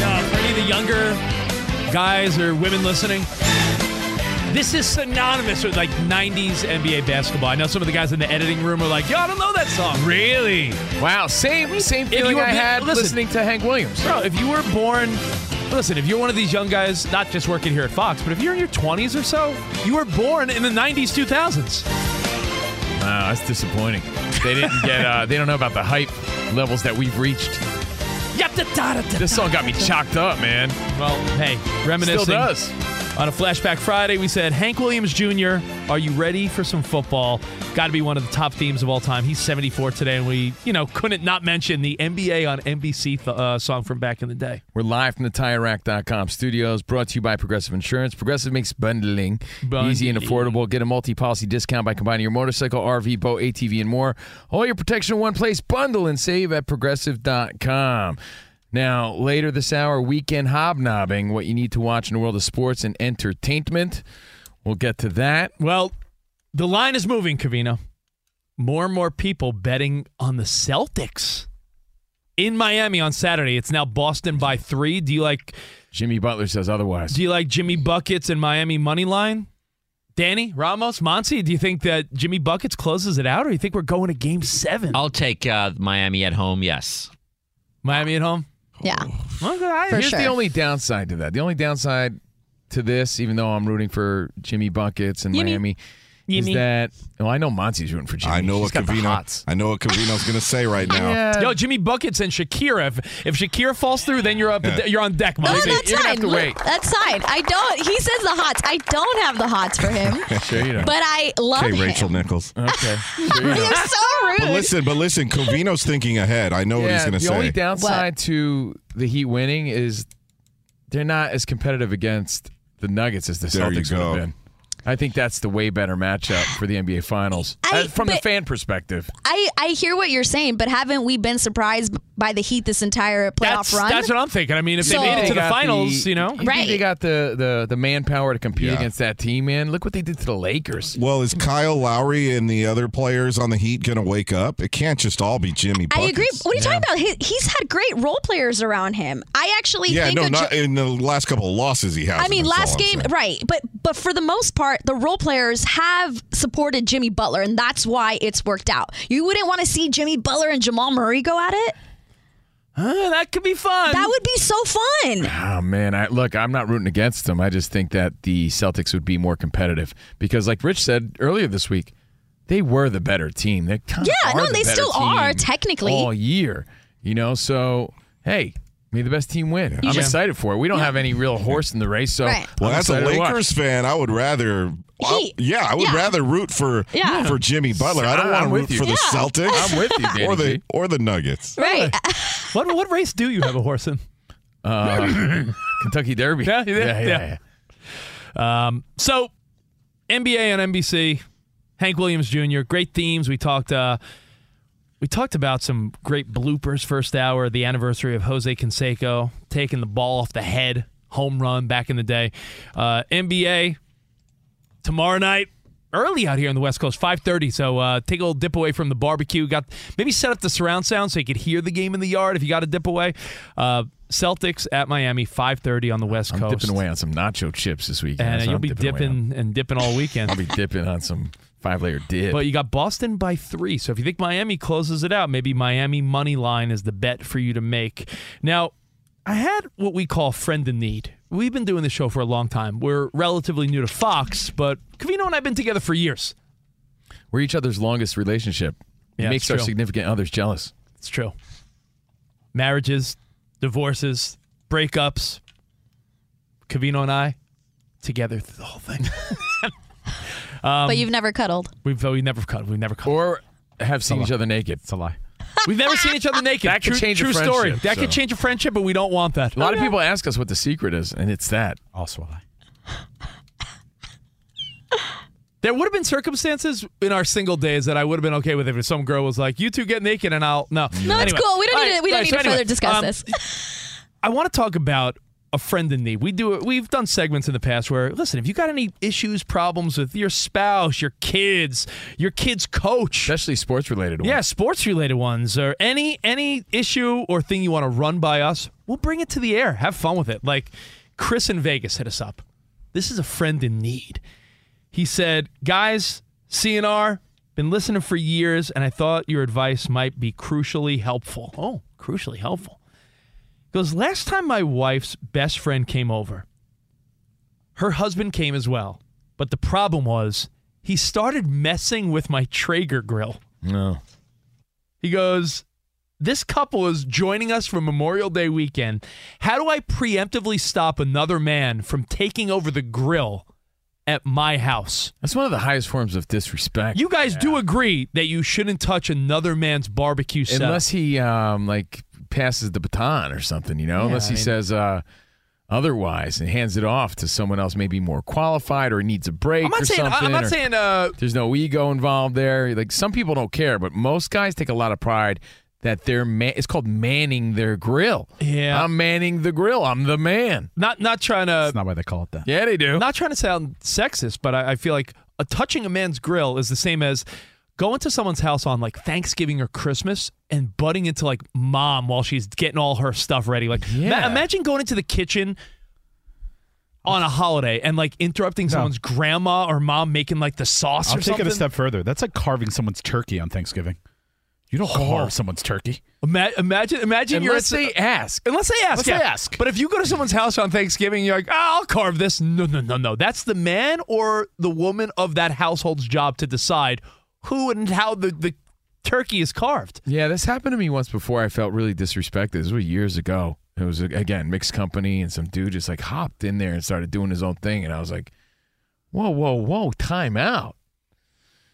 A: Now, for any of the younger guys or women listening, this is synonymous with like 90s NBA basketball. I know some of the guys in the editing room are like, yo, I don't know that song. Really?
B: Wow, same same feeling I had listening to Hank Williams.
A: Bro, if you were born, listen, if you're one of these young guys, not just working here at Fox, but if you're in your 20s or so, you were born in the 90s, 2000s.
B: Wow, that's disappointing. They didn't get. Uh, they don't know about the hype levels that we've reached.
A: Yep, da, da, da, da,
B: This song got me chocked up, man.
A: Well, hey, reminiscing.
B: Still does.
A: On a Flashback Friday, we said, Hank Williams Jr., are you ready for some football? Got to be one of the top themes of all time. He's 74 today, and we, you know, couldn't not mention the NBA on NBC th- uh, song from back in the day.
B: We're live from the TireRack.com studios, brought to you by Progressive Insurance. Progressive makes bundling, easy and affordable. Get a multi-policy discount by combining your motorcycle, RV, boat, ATV, and more. All your protection in one place. Bundle and save at Progressive.com. Now, later this hour, weekend hobnobbing, what you need to watch in the world of sports and entertainment. We'll get to that.
A: Well, the line is moving, Cavino. More and more people betting on the Celtics in Miami on Saturday. It's now Boston by three. Do you like
B: Jimmy Butler says otherwise?
A: Do you like Jimmy buckets and Miami money line? Danny Ramos, Monty, do you think that Jimmy buckets closes it out, or you think we're going to Game Seven?
G: I'll take uh, Miami at home. Yes.
A: Miami at home.
C: Yeah.
B: Here's the only downside to that. The only downside to this, even though I'm rooting for Jimmy Buckets and
D: Yimmy.
B: Miami, is
D: Yimmy.
B: that well, I know Monty's rooting for Jimmy.
D: I know
B: He's
D: what
B: got the
D: Cavino.
B: hots.
D: I know what Cavino's going to say right now.
A: Yo, Jimmy buckets and Shakira. If, if Shakira falls through, then you're up.
D: Yeah.
A: You're on deck,
C: No,
A: Monty.
C: that's
A: you're
C: fine.
A: gonna have to
C: Look,
A: wait.
C: That's fine. I don't. He says the hots. I don't have the hots for him,
D: Sure you
C: but I love
D: Okay,
C: him.
D: Rachel Nichols.
B: Okay.
C: You're so rude.
D: But listen, but listen, Covino's thinking ahead. I know what he's
B: Yeah,
D: going to
B: the
D: say.
B: only downside to the Heat winning is they're not as competitive against the Nuggets as the
D: There you
B: Celtics would have
D: go.
B: been. I think that's the way better matchup for the NBA Finals Uh, from the fan perspective.
C: I, I hear what you're saying, but haven't we been surprised by the Heat this entire playoff
A: That's,
C: run?
A: that's what I'm thinking. I mean, if
C: So-
A: they made it to the
B: got
A: finals, you know,
B: think They got the, the, the manpower to compete against that team, man. Look what they did to the Lakers.
D: Well, is Kyle Lowry and the other players on the Heat going to wake up? It can't just all be Jimmy.
C: I
D: Buckets.
C: agree. What are you talking about? He, he's had great role players around him. I actually
D: Yeah,
C: think
D: no,
C: of
D: not
C: Jo-
D: in the last couple of losses he has.
C: I mean,
D: that's
C: last
D: all I'm
C: game,
D: saying.
C: right? But but for the most part, the role players have supported Jimmy Butler, and that's why it's worked out. You wouldn't want to see Jimmy Butler and Jamal Murray go at it.
A: that could be fun.
C: That would be so fun.
B: Oh man, I look, I'm not rooting against them. I just think that the Celtics would be more competitive because like Rich said earlier this week, they were the better team. They kind
C: Yeah,
B: of are
C: no,
B: the
C: they
B: better Oh,
C: still are,
B: team
C: technically.
B: all year. You know, so hey, may the best team win. I'm
C: just-
B: excited for it. We don't have any real horse in the race, so
C: Right.
D: Well,
B: I'm
D: as a
B: excited to watch.
D: Lakers fan, I would rather. I- yeah, I would
C: yeah.
D: rather root for
C: Yeah.
D: for Jimmy Butler. I don't
B: I'm
D: want to
B: with
D: root
B: you.
D: for the
B: Yeah.
D: Celtics.
B: I'm with you, Danny
D: or the
B: G.
D: or the Nuggets.
C: Right.
A: What what race do you have a horse in?
B: Uh, Kentucky Derby.
A: Yeah, yeah,
B: yeah.
A: yeah. Um, so NBA on NBC, Hank Williams Jr. Great themes. We talked. Uh, we talked about some great bloopers first hour. The anniversary of Jose Canseco taking the ball off the head, home run back in the day. Uh, NBA tomorrow night. Early out here on the West Coast, 5:30. So uh, take a little dip away from the barbecue. Got maybe set up the surround sound so you could hear the game in the yard. If you got a dip away, uh, Celtics at Miami, 5:30 on the West
B: I'm
A: Coast.
B: dipping away on some nacho chips this weekend.
A: And
B: That's
A: uh,
B: what
A: you'll
B: I'm
A: be
B: away on.
A: dipping and dipping all weekend.
B: I'll be dipping on some five layer dip.
A: But you got Boston by three. So if you think Miami closes it out, maybe Miami money line is the bet for you to make. Now, I had what we call friend in need. We've been doing this show for a long time. We're relatively new to Fox, but Cavino and I have been together for years.
B: We're each other's longest relationship.
A: Yeah,
B: it makes
A: it's
B: our
A: true.
B: significant others jealous.
A: It's true. Marriages, divorces, breakups. Cavino and I together through the whole thing. um,
C: but you've never cuddled.
A: We've we never cut. We've never cut.
B: Or have seen each other naked. It's a lie.
A: We've never seen each other naked.
B: That could
A: true,
B: change a
A: true story.
B: friendship,
A: That
B: so.
A: could change a friendship, but we don't want that.
B: A lot of people ask us what the secret is, and it's that.
E: Also a lie.
A: There would have been circumstances in our single days that I would have been okay with if some girl was like, "You two get naked," and I'll no.
C: No, it's
A: Anyway.
C: cool. We don't
A: All
C: need to, we don't
A: all
C: need
A: so
C: to
A: anyway,
C: further discuss
A: um,
C: this.
A: I want to talk about a friend in need. We do we've done segments in the past where listen, if you got any issues, problems with your spouse, your kids, your kids' coach,
B: especially sports related ones.
A: Yeah, sports related ones or any any issue or thing you want to run by us, we'll bring it to the air. Have fun with it. Like Chris in Vegas hit us up. This is a friend in need. He said, "Guys, CNR been listening for years and I thought your advice might be crucially helpful." Oh, crucially helpful. Goes, last time my wife's best friend came over, her husband came as well. But the problem was he started messing with my Traeger grill.
B: No.
A: He goes, This couple is joining us for Memorial Day weekend. How do I preemptively stop another man from taking over the grill at my house?
B: That's one of the highest forms of disrespect.
A: You guys do agree that you shouldn't touch another man's barbecue setup.
B: unless he um, like passes the baton or something, you know.
A: Yeah,
B: unless
A: I
B: he
A: mean-
B: says uh, otherwise and hands it off to someone else, maybe more qualified or needs a break.
A: I'm not
B: or
A: saying- I- I'm
B: something,
A: not
B: or
A: saying, uh,
B: there's no ego involved there. Like some people don't care, but most guys take a lot of pride that they're man. It's called manning their grill. Yeah, I'm manning the grill. I'm the man.
A: Not not trying to. That's
E: not why they call it that.
B: Yeah, they do.
A: Not trying to sound sexist, but I, I feel like uh touching a man's grill is the same as going to someone's house on like Thanksgiving or Christmas and butting into like mom while she's getting all her stuff ready. Like, ma-
B: Yeah.
A: imagine going into the kitchen on a holiday and like interrupting someone's grandma or mom making like the sauce
E: I'll
A: or
E: take
A: something.
E: it a step further. That's like carving someone's turkey on Thanksgiving. You don't
B: Oh.
E: carve someone's turkey.
A: Ima- imagine, imagine you're
E: Unless they
B: ask.
A: Unless they
E: Unless
A: ask, yeah.
E: they ask.
A: But if you go to someone's house on Thanksgiving, you're like, "Ah, I'll carve this. No, no, no, no. That's the man or the woman of that household's job to decide who and how the, the turkey is carved.
B: Yeah, this happened to me once before. I felt really disrespected. This was years ago. It was again mixed company, and some dude just like hopped in there and started doing his own thing, and I was like, "Whoa, whoa, whoa! Time out."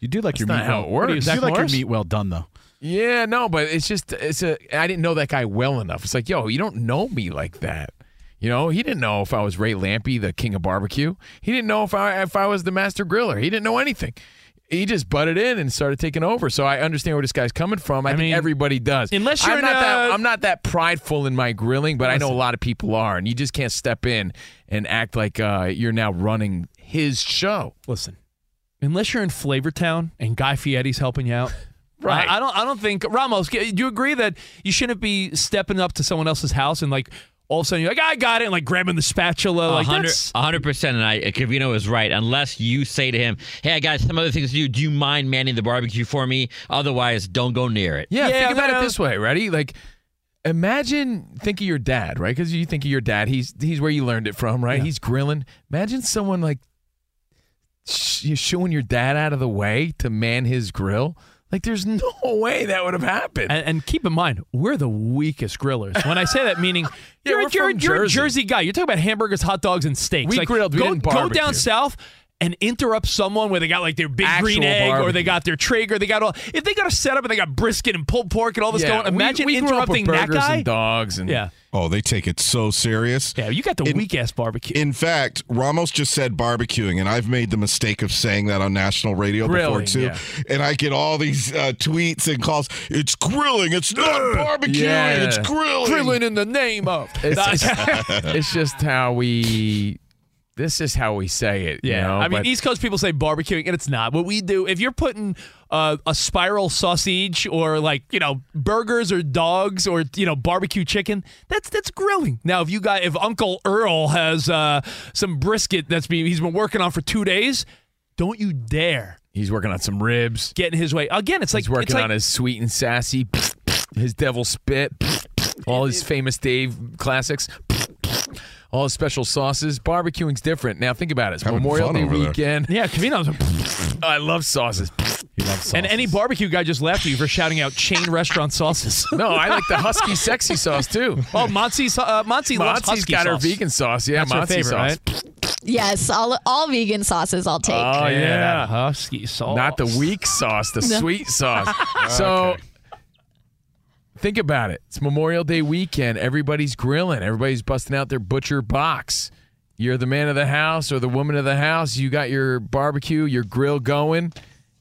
E: You do like
B: That's
E: your
B: not
E: meat
B: how
E: well.
B: it works.
E: You do like your meat well done though.
B: Yeah, no, but it's just it's a. I didn't know that guy well enough. It's like, yo, you don't know me like that. You know, he didn't know if I was Ray Lampy, the king of barbecue. He didn't know if I if I was the master griller. He didn't know anything. He just butted in and started taking over. So I understand where this guy's coming from. I, think everybody does.
A: unless you're
B: I'm not
A: in
B: that
A: a-
B: I'm not that prideful in my grilling, but I know
A: Listen.
B: a lot of people are, and you just can't step in and act like uh, you're now running his show.
A: Listen, unless you're in Flavortown and Guy Fieri's helping you out.
B: Right.
A: I, I don't I don't think Ramos, do you agree that you shouldn't be stepping up to someone else's house and like all of a sudden you're like, I got it, and like grabbing the spatula. Oh, Like that's
G: hundred percent, and I Cavino is right. Unless you say to him, "Hey, I got some other things to do. Do you mind manning the barbecue for me? Otherwise, don't go near it."
B: Yeah, think about it this way. Ready? Like, imagine think of your dad, right? Because you think of your dad. He's he's where you learned it from, right? He's grilling. Imagine someone like sh- you shooing your dad out of the way to man his grill. Like, there's no way that would have happened.
A: And, and keep in mind, we're the weakest grillers. When I say that, meaning you're,
B: we're
A: you're,
B: from
A: you're a
B: Jersey.
A: Jersey guy. You're talking about hamburgers, hot dogs, and steaks.
B: We
A: like,
B: grilled, we
A: go,
B: didn't
A: go
B: barbecue.
A: down south and interrupt someone where they got like their big green
B: Actual
A: egg or they
B: barbecue.
A: got their Traeger. They got all. If they got a setup and they got brisket and pulled pork and all this
B: Yeah,
A: going,
B: we-
A: imagine
B: we grew up with
A: interrupting that
B: burgers
A: guy.
B: and dogs and
A: yeah.
D: Oh, they take it so serious.
A: Yeah, you got the weak ass barbecue.
D: In fact, Ramos just said barbecuing, and I've made the mistake of saying that on national radio before
B: Grilling,
D: too.
B: yeah.
D: And I get all these uh, tweets and calls. It's grilling. It's not barbecuing.
B: Yeah.
D: It's grilling.
A: Grilling in the name of.
B: It's, it's just how we. This is how we say it. you
A: Yeah,
B: know,
A: I mean,
B: but-
A: East Coast people say barbecuing, and it's not. What we do, if you're putting uh, a spiral sausage or like you know burgers or dogs or you know barbecue chicken, that's that's grilling. Now, if you got if Uncle Earl has uh, some brisket that's been he's been working on for two days, don't you dare
B: he's working on some ribs,
A: get in his way again. It's like
B: He's working
A: it's like,
B: on his sweet and sassy, his devil spit, all his famous Dave classics, all his special sauces. Barbecuing's different. Now think about it. It's Memorial
A: fun
B: Day
A: over there.
B: weekend.
A: Yeah, Cavino's.
B: I love sauces. He loves
A: And any barbecue guy just laughed at you for shouting out chain restaurant sauces.
B: No, I like the husky sexy sauce too.
A: Oh, Monty, uh, Monty loves
B: Monty's
A: husky
B: got her
A: sauce.
B: vegan sauce. Yeah,
A: That's her
B: Monty
A: favorite,
B: sauce.
A: right?
C: Yes, all all vegan sauces I'll take.
B: Oh yeah,
A: husky sauce.
B: Not the weak sauce, the
C: No.
B: sweet sauce. so think about it. It's Memorial Day weekend. Everybody's grilling. Everybody's busting out their butcher box. You're the man of the house or the woman of the house. You got your barbecue, your grill going.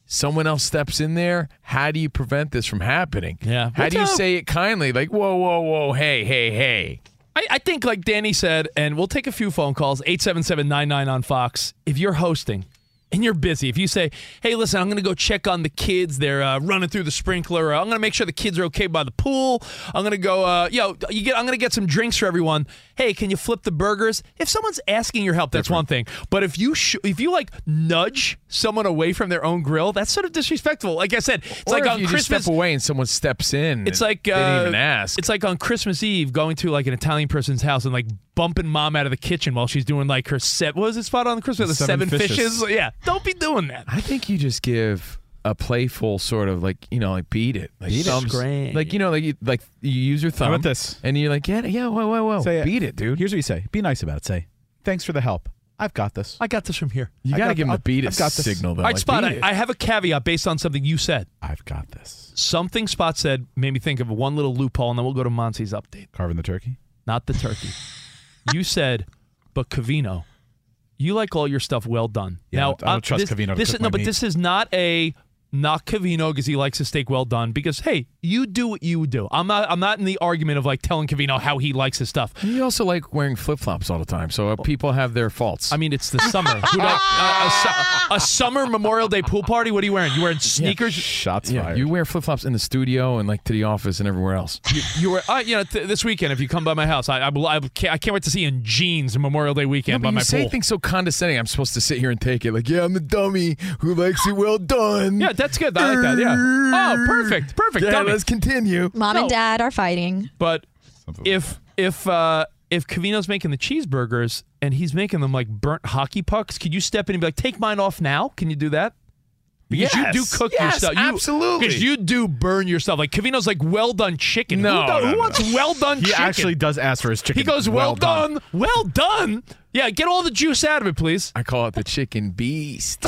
B: Someone else steps in there. How do you prevent this from happening? Yeah. How
A: What's
B: do you
A: up?
B: say it kindly? Like, whoa, whoa, whoa, hey, hey, hey.
A: I, I think, like Danny said, and we'll take a few phone calls 877 99 on Fox. If you're hosting and you're busy, if you say, hey, listen, I'm going to go check on the kids, they're uh, running through the sprinkler, or I'm going to make sure the kids are okay by the pool, I'm going to go, uh, yo, you get, I'm going to get some drinks for everyone. Hey, can you flip the burgers? If someone's asking your help, that's one thing. But if you, sh- if you like nudge someone away from their own grill, that's sort of disrespectful. Like I said, it's
B: or
A: like
B: if
A: on
B: you just
A: Christmas.
B: step away and someone steps in.
A: It's
B: and
A: like
B: they didn't
A: uh,
B: even ask.
A: It's like on Christmas Eve, going to like an Italian person's house and like bumping mom out of the kitchen while she's doing like her set. What was it spot on Christmas? The seven, fishes. Yeah, don't be doing that.
B: I think you just give a playful sort of like you know like beat it like
A: Beat it.
B: thumbs-
A: Scram.
B: like you know like you, like you use your thumb
E: about this?
B: and you're like yeah yeah whoa whoa whoa
E: Say it.
B: beat it dude
E: Here's what you say. Be nice about it. Say, thanks for the help. I've got this.
A: I got this from here.
B: you
E: I
B: gotta
E: got
B: give him
E: the-
B: a beat it
E: I've got this.
B: signal though
A: All right,
B: like,
A: Spot,
B: beat
A: I,
B: it.
A: I have a caveat based on something you said.
E: I've got this.
A: Something Spot said made me think of one little loophole, and then we'll go to Monty's update.
E: Carving the turkey.
A: Not the turkey. you said, but Cavino, you like all your stuff well done.
E: Yeah,
A: now,
E: I don't
A: uh,
E: trust
A: this,
E: Covino to
A: this
E: cook
A: is- No,
E: my
A: but
E: meat.
A: this is not a knock Cavino because he likes his steak well done. Because hey, you do what you do. I'm not. I'm not in the argument of like telling Cavino how he likes his stuff.
B: you also like wearing flip flops all the time so uh, people have their faults
A: I mean, it's the summer. Who don't- a, a su- a summer Memorial Day pool party. What are you wearing? You wearing sneakers?
E: Shots
B: yeah you wear flip flops in the studio and like to the office and everywhere else
A: You, you were, uh, you know, th- this weekend if you come by my house, I I, will- I, can't, I can't wait to see you in jeans on Memorial Day
B: No,
A: weekend by
B: but you
A: my
B: say
A: pool.
B: things so condescending. I'm supposed to sit here and take it. Like, yeah, I'm the dummy who likes it well done.
A: Yeah, that's good. I like that. Yeah. Oh, perfect, perfect.
B: Yeah,
A: dummy.
B: let's continue.
C: Mom and dad are fighting.
A: But if if uh, if Cavino's making the cheeseburgers and he's making them like burnt hockey pucks, could you step in and be like, "Take mine off now"? Can you do that? Because you
B: Yes.
A: do cook
B: Yes,
A: yourself.
B: absolutely.
A: Because you do burn yourself. Like Cavino's like well done chicken.
E: No,
A: who, do-
E: no,
A: who
E: no.
A: wants well done
E: He
A: chicken?
E: actually does ask for his chicken.
A: He goes, well, done. well done." Yeah, get all the juice out of it, please.
B: I call it the chicken beast.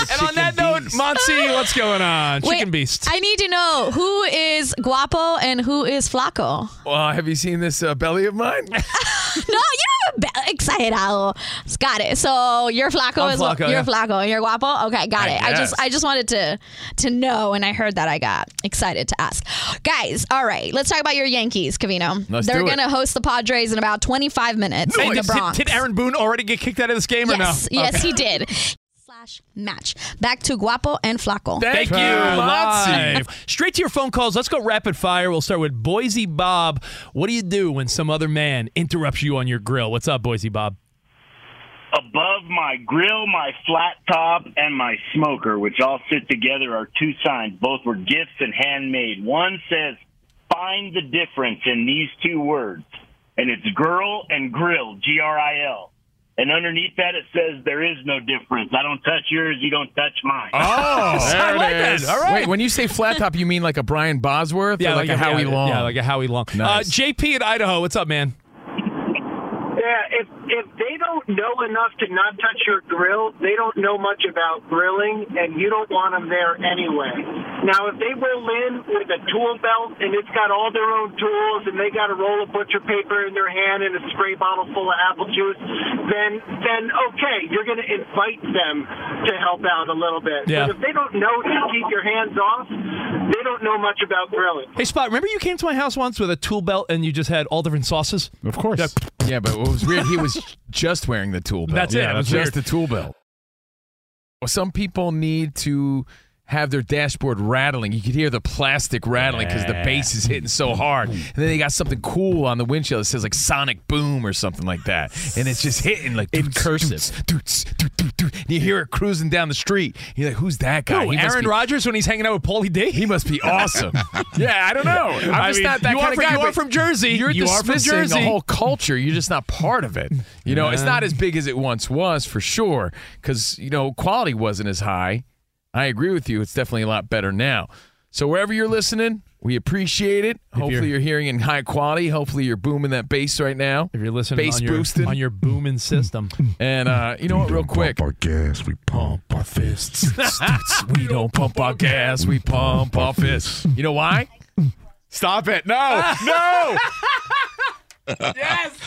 A: and on that note, Monty, what's going on? Chicken
C: Wait,
A: beast.
C: I need to know who is Guapo and who is Flaco.
B: Well, have you seen this uh, belly of mine?
C: no, you have a Ah, exagerado. Got it. So you're Flaco
B: I'm
C: is well-
B: Flaco,
C: you're
B: yeah.
C: Flaco and you're Guapo. Okay, got
B: I
C: it. I just
B: guess.
C: I just wanted to to know, and I heard that I got excited to ask. Guys, all right, let's talk about your Yankees, Cavino.
A: Let's
C: They're
A: do it.
C: gonna host the Padres in about 25 minutes in
A: Hey,
C: the
A: did,
C: Bronx.
A: did Aaron Boone already get kicked out of this game or no?
C: yes, yes,
A: Oh, Okay.
C: he did. Slash match. Back to Guapo and Flaco.
A: Thank you, live. Straight to your phone calls. Let's go rapid fire. We'll start with Boise Bob. What do you do when some other man interrupts you on your grill? What's up, Boise Bob?
P: Above my grill, my flat top, and my smoker, which all sit together, are two signs. Both were gifts and handmade. One says, find the difference in these two words. And it's girl and grill, G R I L. And underneath that, it says, there is no difference. I don't touch yours, you don't touch
A: Oh,
P: mine.
B: there it is. Wait, when you say flat top, you mean like a Brian Bosworth or like, a Howie
A: yeah,
B: Long?
A: Yeah, like a Howie Long. Uh, JP in Idaho. What's up, man?
Q: Yeah, if if they don't know enough to not touch your grill, they don't know much about grilling, and you don't want them there anyway. Now, if they roll in with a tool belt and it's got all their own tools, and they got a roll of butcher paper in their hand and a spray bottle full of apple juice, then then okay, you're going to invite them to help out a little bit.
A: Yeah.
Q: But if they don't know to keep your hands off, they don't know much about grilling.
A: Hey, Spot, remember you came to my house once with a tool belt and you just had all different sauces?
E: Of course.
B: Yeah, but what was weird, he was just wearing the tool belt.
A: That's it.
B: Yeah,
A: It was
B: just
A: weird.
B: the tool belt. Well, some people need to have their dashboard rattling. You could hear the plastic rattling because the bass is hitting so hard. And then they got something cool on the windshield that says like Sonic Boom or something like that. And it's just hitting like in cursive. Doots, doot, doot, doot. And you hear it cruising down the street. You're like, who's that guy?
A: Who,
B: must
A: Aaron
B: be-
A: Rodgers when he's hanging out with Paulie D? He
B: must be awesome. yeah, I don't know. I'm
A: I
B: just
A: mean,
B: not that
A: you are
B: kind of
A: from-
B: guy.
A: you are
B: but
A: from Jersey.
B: You're
A: You are from
B: dismissing
A: Jersey.
B: the whole culture. You're just not part of it. You know, it's
A: Yeah.
B: not as big as it once was for sure. Because you know, quality wasn't as high. I agree with you. It's definitely a lot better now. So wherever you're listening, we appreciate it. Hopefully, you're hearing in high quality. Hopefully, you're booming that bass right now. If
A: you're listening
B: bass
A: on your,
B: boosting.
A: on your booming system.
B: and uh, you know what? Real quick,
R: our gas, we pump our fists.
B: we don't pump our gas. We pump our fists. You know why? Stop it! No, no.
A: yes.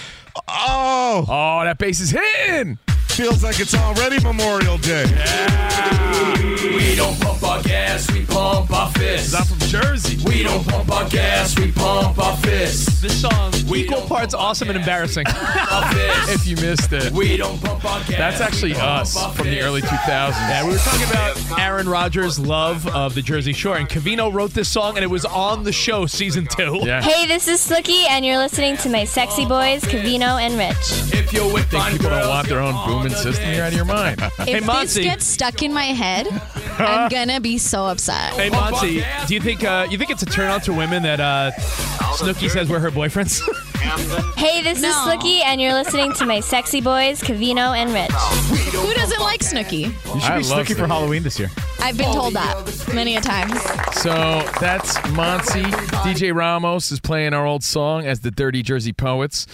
B: Oh. Oh, that bass is hitting.
D: Feels like it's already Memorial Day.
R: We don't pump our gas, we pump our fists. I'm from Jersey. We don't pump our gas, we pump our fists.
A: This song, equal parts awesome and embarrassing.
B: if you missed it,
R: We don't pump our gas.
B: That's actually us from the early 2000s.
A: Yeah, we were talking about Aaron Rodgers' love of the Jersey Shore, and Cavino wrote this song, and it was on the show season two.
S: Hey, this is Slicky, and you're listening to my sexy boys, Cavino and Rich.
B: If you think people don't want their own booming system, you're out of your mind.
C: If this gets stuck in my head, I'm gonna be so upset.
A: Hey Monty, do you think uh, you think it's a turn on to women that uh, Snooki says we're her boyfriends?
S: Hey, this is Slicky, and you're listening to my sexy boys, Cavino and Rich.
C: Who doesn't like Snooky?
B: You should be Snooki for Halloween this year.
C: I've been told that many a times.
B: So that's Monty. DJ Ramos is playing our old song as the Dirty Jersey Poets,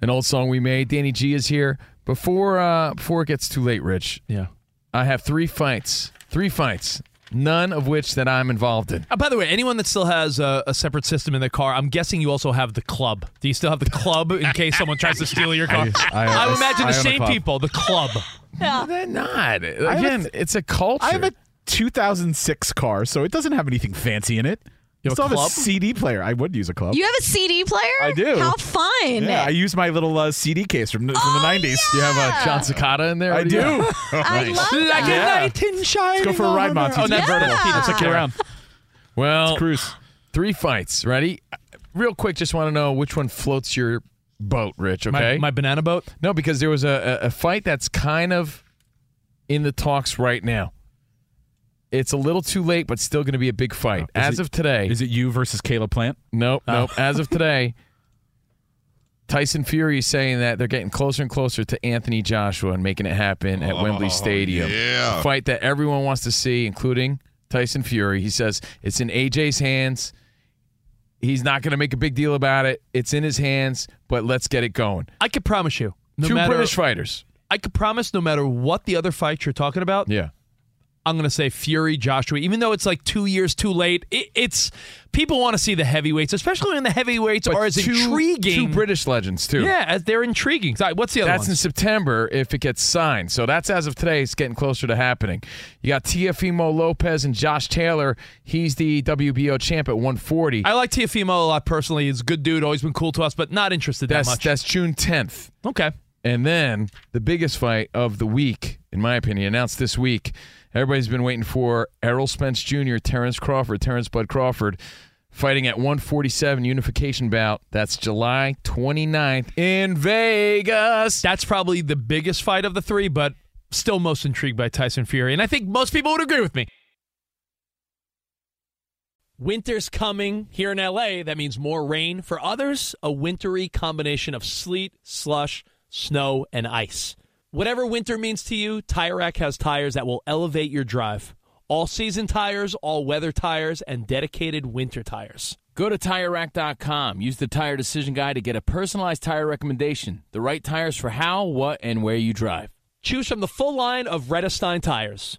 B: an old song we made. Danny G is here. Before uh, before it gets too late, Rich.
A: Yeah.
B: I have three fights. Three fights. None of which that I'm involved in.
A: Uh, by the way, anyone that still has a, a separate system in their car, I'm guessing you also have the club. Do you still have the club in case someone tries to steal your car?
B: I- I-
A: would imagine
B: I
A: the
B: own a
A: same
B: club.
A: people, the club.
C: Yeah.
B: They're not.
E: I have a
B: Again,
E: th-
B: it's a culture.
E: I have a 2006 car, so it doesn't have anything fancy in it.
B: You have
E: still
B: a
E: have a
B: club?
E: CD player. I would use a club.
C: You have a CD player?
E: I do.
C: How fun!
E: Yeah, I use my little uh, CD case from, the- from the 90s.
B: You have a John Cicada in there?
E: I
B: What
E: do.
B: you got?
E: I
B: Nice.
E: love Like a that. knight
A: in shining.
E: Let's go for a ride, Monty.
B: Oh,
E: It's
B: not
E: incredible.
B: vertical.
E: Let's
B: Let's
E: kick it around.
B: Well, cruise. Three fights. Ready? Real quick, just want to know which one floats your boat, Rich.
A: My-
B: Okay,
A: my banana boat.
B: No, because there was a, a a fight that's kind of in the talks right now. It's a little too late, but still going to be a big fight.
E: Oh, Is
B: As
E: it-
B: of today,
E: Is it you versus Caleb Plant?
B: Nope,
E: Oh.
B: nope. As of today, Tyson Fury is saying that they're getting closer and closer to Anthony Joshua and making it happen at Wembley Stadium.
D: yeah.
B: A fight that everyone wants to see, including Tyson Fury. He says it's in AJ's hands. He's not going to make a big deal about it. It's in his hands, but let's get it going.
A: I could promise you, no
B: Two
A: matter
B: British fighters.
A: I could promise no matter what the other fight you're talking about.
B: Yeah.
A: I'm going to say Fury Joshua, even though it's like two years too late. It, it's people want to see the heavyweights, especially when the heavyweights
B: But
A: are as
B: two-
A: intriguing.
B: Two British legends too.
A: Yeah, as they're intriguing. Sorry, what's the other
B: That's
A: one?
B: in September if it gets signed. So that's as of today. It's getting closer to happening. You got Tiafimo Lopez and Josh Taylor. He's the WBO champ at 140.
A: I like Tiafimo a lot personally. He's a good dude, always been cool to us, but not interested
B: That's
A: that much.
B: that's June 10th.
A: Okay.
B: And then the biggest fight of the week, in my opinion, announced this week. Everybody's been waiting for Errol Spence Jr., Terrence Crawford, Terrence Bud Crawford, fighting at 147 unification bout. That's July 29th in Vegas.
A: That's probably the biggest fight of the three, but still most intrigued by Tyson Fury. And I think most people would agree with me. Winter's coming here in LA. That means more rain. For others, a wintry combination of sleet, slush, snow, and ice. Whatever winter means to you, Tire Rack has tires that will elevate your drive. All season tires, all weather tires, and dedicated winter tires.
F: Go to TireRack.com. Use the Tire Decision Guide to get a personalized tire recommendation. The right tires for how, what, and where you drive.
A: Choose from the full line of Redestein tires.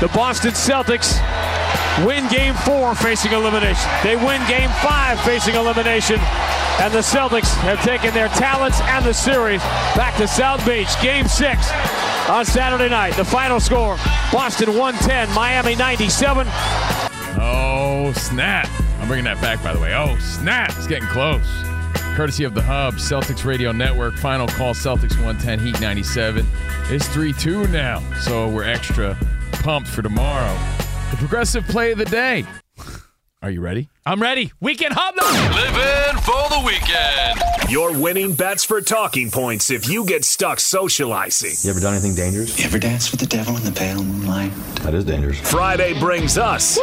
K: The Boston Celtics win game four facing elimination. They win game five facing elimination. And the Celtics have taken their talents and the series back to South Beach. Game six on Saturday night. The final score Boston 110, Miami 97.
B: Oh, snap. I'm bringing that back, by the way. Oh, snap. It's getting close. Courtesy of the Hub, Celtics Radio Network, final call Celtics 110, Heat 97. It's 3 2 now, so we're extra pumped for tomorrow. The progressive play of the day. Are you ready?
A: I'm ready. Weekend hobnob.
R: Living for the weekend.
L: You're winning bets for talking points if you get stuck socializing.
M: You ever done anything dangerous? You ever danced with the devil in the pale moonlight? That is dangerous.
L: Friday brings us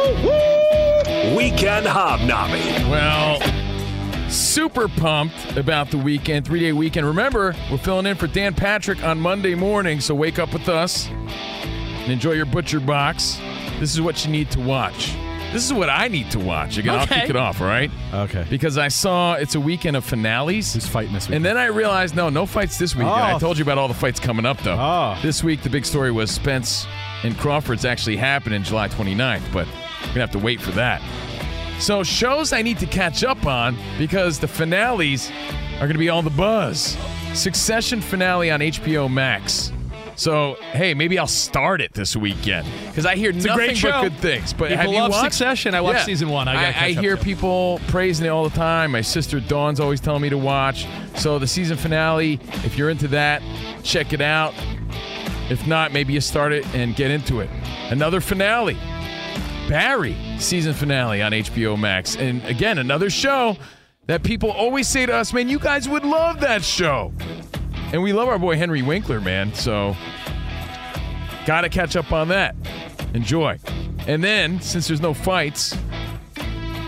L: Weekend Hobnobbing.
B: Well, super pumped about the weekend, three day weekend. Remember, we're filling in for Dan Patrick on Monday morning, so wake up with us and enjoy your butcher box. This is what you need to watch. This is what I need to watch. Again,
E: Okay.
B: I'll kick it off, all right?
E: Okay.
B: Because I saw it's a weekend of finales. Who's fighting this week? And then I realized, no, no fights this weekend.
E: Oh.
B: I told you about all the fights coming up, though. This week, the big story was Spence and Crawford's actually happening July 29th, but we're going to have to wait for that. So, shows I need to catch up on because the finales are going to be all the buzz. Succession finale on HBO Max. So, hey, maybe I'll start it this weekend because I hear
A: It's a
B: nothing
A: great
B: but
A: show.
B: good things. But
A: People
B: have you
A: love
B: watched?
A: Succession. I watched season one. I
B: I,
A: gotta
B: I
A: catch up
B: hear
A: yet.
B: people praising it all the time. My sister Dawn's always telling me to watch. So the season finale, if you're into that, check it out. If not, maybe you start it and get into it. Another finale. Barry season finale on HBO Max. And again, another show that people always say to us, man, you guys would love that show. And we love our boy Henry Winkler, man. So Got to catch up on that. Enjoy. And then, since there's no fights,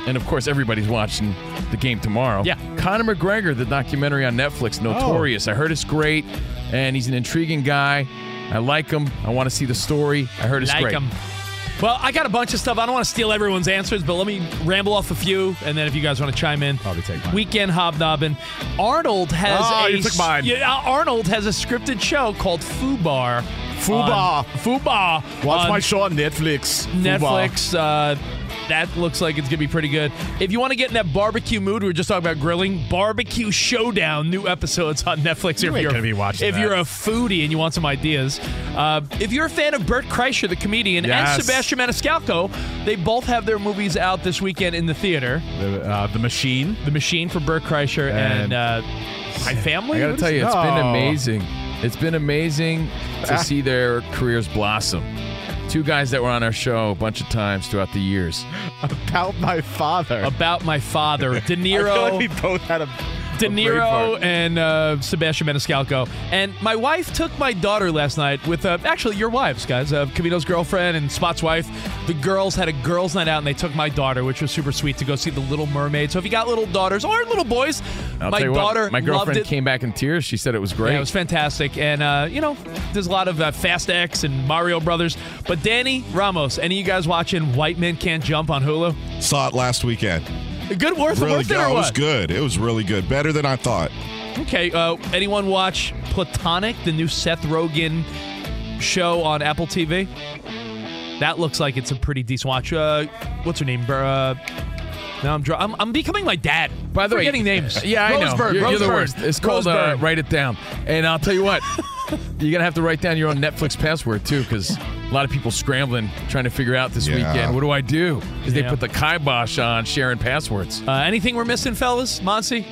B: and of course everybody's watching the game tomorrow. Yeah. Conor McGregor, the documentary on Netflix,
A: Oh.
B: Notorious. I heard it's great, and he's an intriguing guy. I like him. I want to see the story. I heard it's
A: like
B: great.
A: them. Well, I got a bunch of stuff. I don't want to steal everyone's answers, but let me ramble off a few, and then if you guys want to chime in, probably take mine. Weekend hobnobbing. Arnold has
E: Ah,
B: Oh,
A: a
B: you took mine.
A: Yeah, uh, Arnold has a scripted show called Fubar.
E: Fubar.
A: on- Fubar.
E: Watch
A: on
E: my show on Netflix.
A: Netflix. Uh, that looks like it's gonna be pretty good. If you want to get in that barbecue mood, we were just talking about grilling. Barbecue Showdown, new episodes on Netflix.
E: You
A: if
E: ain't
A: you're
E: gonna be watching
A: if
E: that.
A: you're a foodie and you want some ideas, uh, if you're a fan of Bert Kreischer, the comedian, and
E: Yes.
A: Sebastian Maniscalco, they both have their movies out this weekend in the theater.
E: The, uh, the Machine.
A: The Machine for Bert Kreischer and, uh, My Family.
B: I
A: What
B: got to
A: is
B: tell you,
A: it?
B: it's been amazing. It's been amazing
A: Ah.
B: to see their careers blossom. Two guys that were on our show a bunch of times throughout the years.
E: About my father.
A: About my father. De Niro.
E: I feel like we both had a.
A: De
E: a great
A: Niro
E: part.
A: and uh, Sebastian Maniscalco. And my wife took my daughter last night with, uh, actually, your wives, guys, uh, Camino's girlfriend and Spot's wife. The girls had a girls' night out, and they took my daughter, which was super sweet, to go see The Little Mermaid. So if you got little daughters or little boys,
B: I'll
A: my
B: tell you what,
A: daughter
B: my
A: loved
B: girlfriend
A: it.
B: came back in tears. She said it was great.
A: Yeah, it was fantastic. And, uh, you know, there's a lot of uh, Fast X and Mario Brothers. But Danny Ramos, any of you guys watching White Men Can't Jump on Hulu?
D: Saw it last weekend.
A: Good worth,
D: really
A: worth
D: good.
A: it or
D: It was
A: what?
D: good. It was really good. Better than I thought.
A: Okay. Uh, anyone watch Platonic, the new Seth Rogen show on Apple TV? That looks like it's a pretty decent watch. Uh, what's her name? Bur- Uh, now I'm, dr- I'm I'm becoming my dad.
B: By the way,
A: forgetting names.
B: Yeah, I know.
A: Roseburg,
B: You're,
A: Roseburg.
B: you're the worst. It's called uh,
A: Roseburg.
B: write it down. And I'll tell you what, you're gonna have to write down your own Netflix password too, because a lot of people scrambling trying to figure out this
D: Yeah.
B: weekend. What do I do? Because
A: Yeah.
B: they put the kibosh on sharing passwords.
A: Uh, anything we're missing, fellas? Monsi?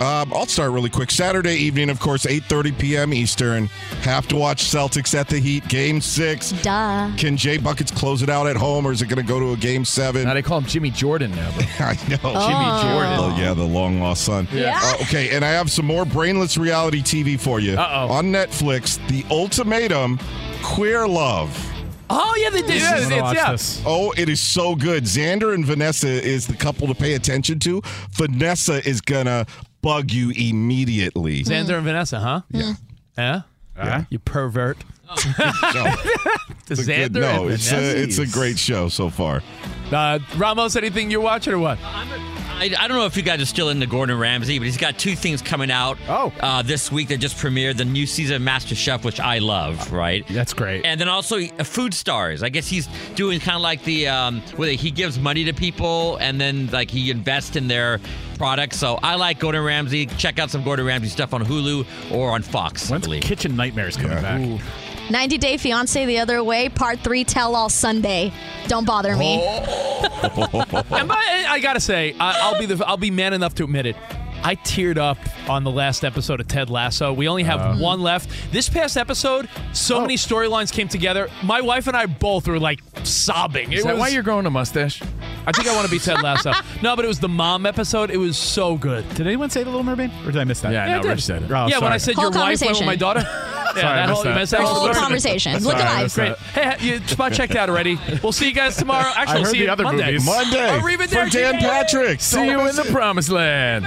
D: Um, I'll start really quick. Saturday evening, of course, 8.30 p.m. Eastern. Have to watch Celtics at the Heat, Game 6.
C: Duh.
D: Can Jay Buckets close it out at home, or is it going to go to a Game 7?
B: Now they call him Jimmy Jordan now.
D: I know.
B: Oh. Jordan.
D: Oh, yeah, the long lost son.
B: Yeah.
D: Uh, okay, and I have some more brainless reality TV for you.
B: Uh-oh.
D: On Netflix, The Ultimatum Queer Love.
A: Oh yeah, they did. Yeah, it's- yeah.
D: Oh, it is so good. Xander and Vanessa is the couple to pay attention to. Vanessa is gonna bug you immediately.
A: Xander and Vanessa, huh? Yeah. Yeah. You pervert.
B: Oh.
D: It's a
A: Xander
D: good- no,
A: and
D: it's a,
A: Vanessa.
D: it's a great show so far.
A: Uh, Ramos, anything you're watching or what?
G: I, I don't know if you guys are still into Gordon Ramsay, but he's got two things coming out. Oh. Uh, this week that just premiered the new season of Master Chef, which I love. Right.
E: That's great.
G: And then also uh, Food Stars. I guess he's doing kind of like the um, where he gives money to people and then like he invests in their products. So I like Gordon Ramsay. Check out some Gordon Ramsay stuff on Hulu or on Fox. When's
E: Kitchen Nightmares coming back?
C: 90 Day Fiance the other way, part three, tell all Sunday. Don't bother me.
B: Oh.
A: Am I, I gotta say, I, I'll be the I'll be man enough to admit it. I teared up on the last episode of Ted Lasso. We only have
B: Uh.
A: one left. This past episode,
B: Oh.
A: so many storylines came together. My wife and I both were like sobbing.
B: Is that why you're growing a mustache?
A: I think I want to be Ted Lasso. no, but it was the mom episode. It was so good.
E: Did anyone say the Little Mermaid? Or did I miss that?
B: Yeah,
A: Yeah,
B: no,
A: I did.
B: Rich said it.
E: Oh,
A: yeah, when
E: sorry.
A: I said
E: Whole
A: your wife went with
E: conversation.
A: my daughter.
E: Sorry, I missed that.
A: messed up.
E: Whole conversation. Sorry, Look I alive. missed
A: Great.
E: that.
A: Hey, you spot checked out already. We'll see you guys tomorrow.
E: I
A: Actually, we'll
E: heard
A: see
E: the
A: you
E: other
A: Monday.
E: movies. Monday.
A: Arrivederci.
E: From Dan Patrick.
B: See you in the promised land.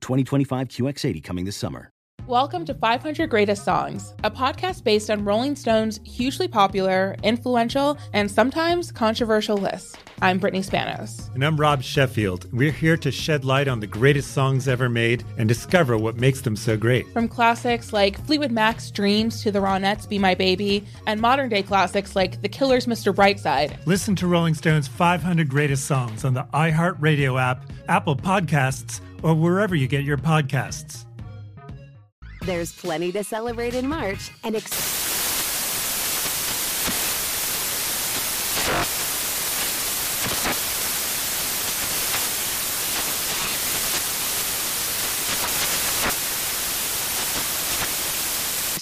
T: 2025 QX80 coming this summer.
U: Welcome to 500 Greatest Songs, a podcast based on Rolling Stone's hugely popular, influential, and sometimes controversial list. I'm Brittany Spanos.
V: And I'm Rob Sheffield. We're here to shed light on the greatest songs ever made and discover what makes them so great.
U: From classics like Fleetwood Mac's Dreams to the Ronettes' Be My Baby, and modern day classics like The Killer's Mr. Brightside,
V: Listen to Rolling Stone's 500 Greatest Songs on the iHeartRadio app, Apple Podcasts, or wherever you get your podcasts.
W: There's plenty to celebrate in March and ex-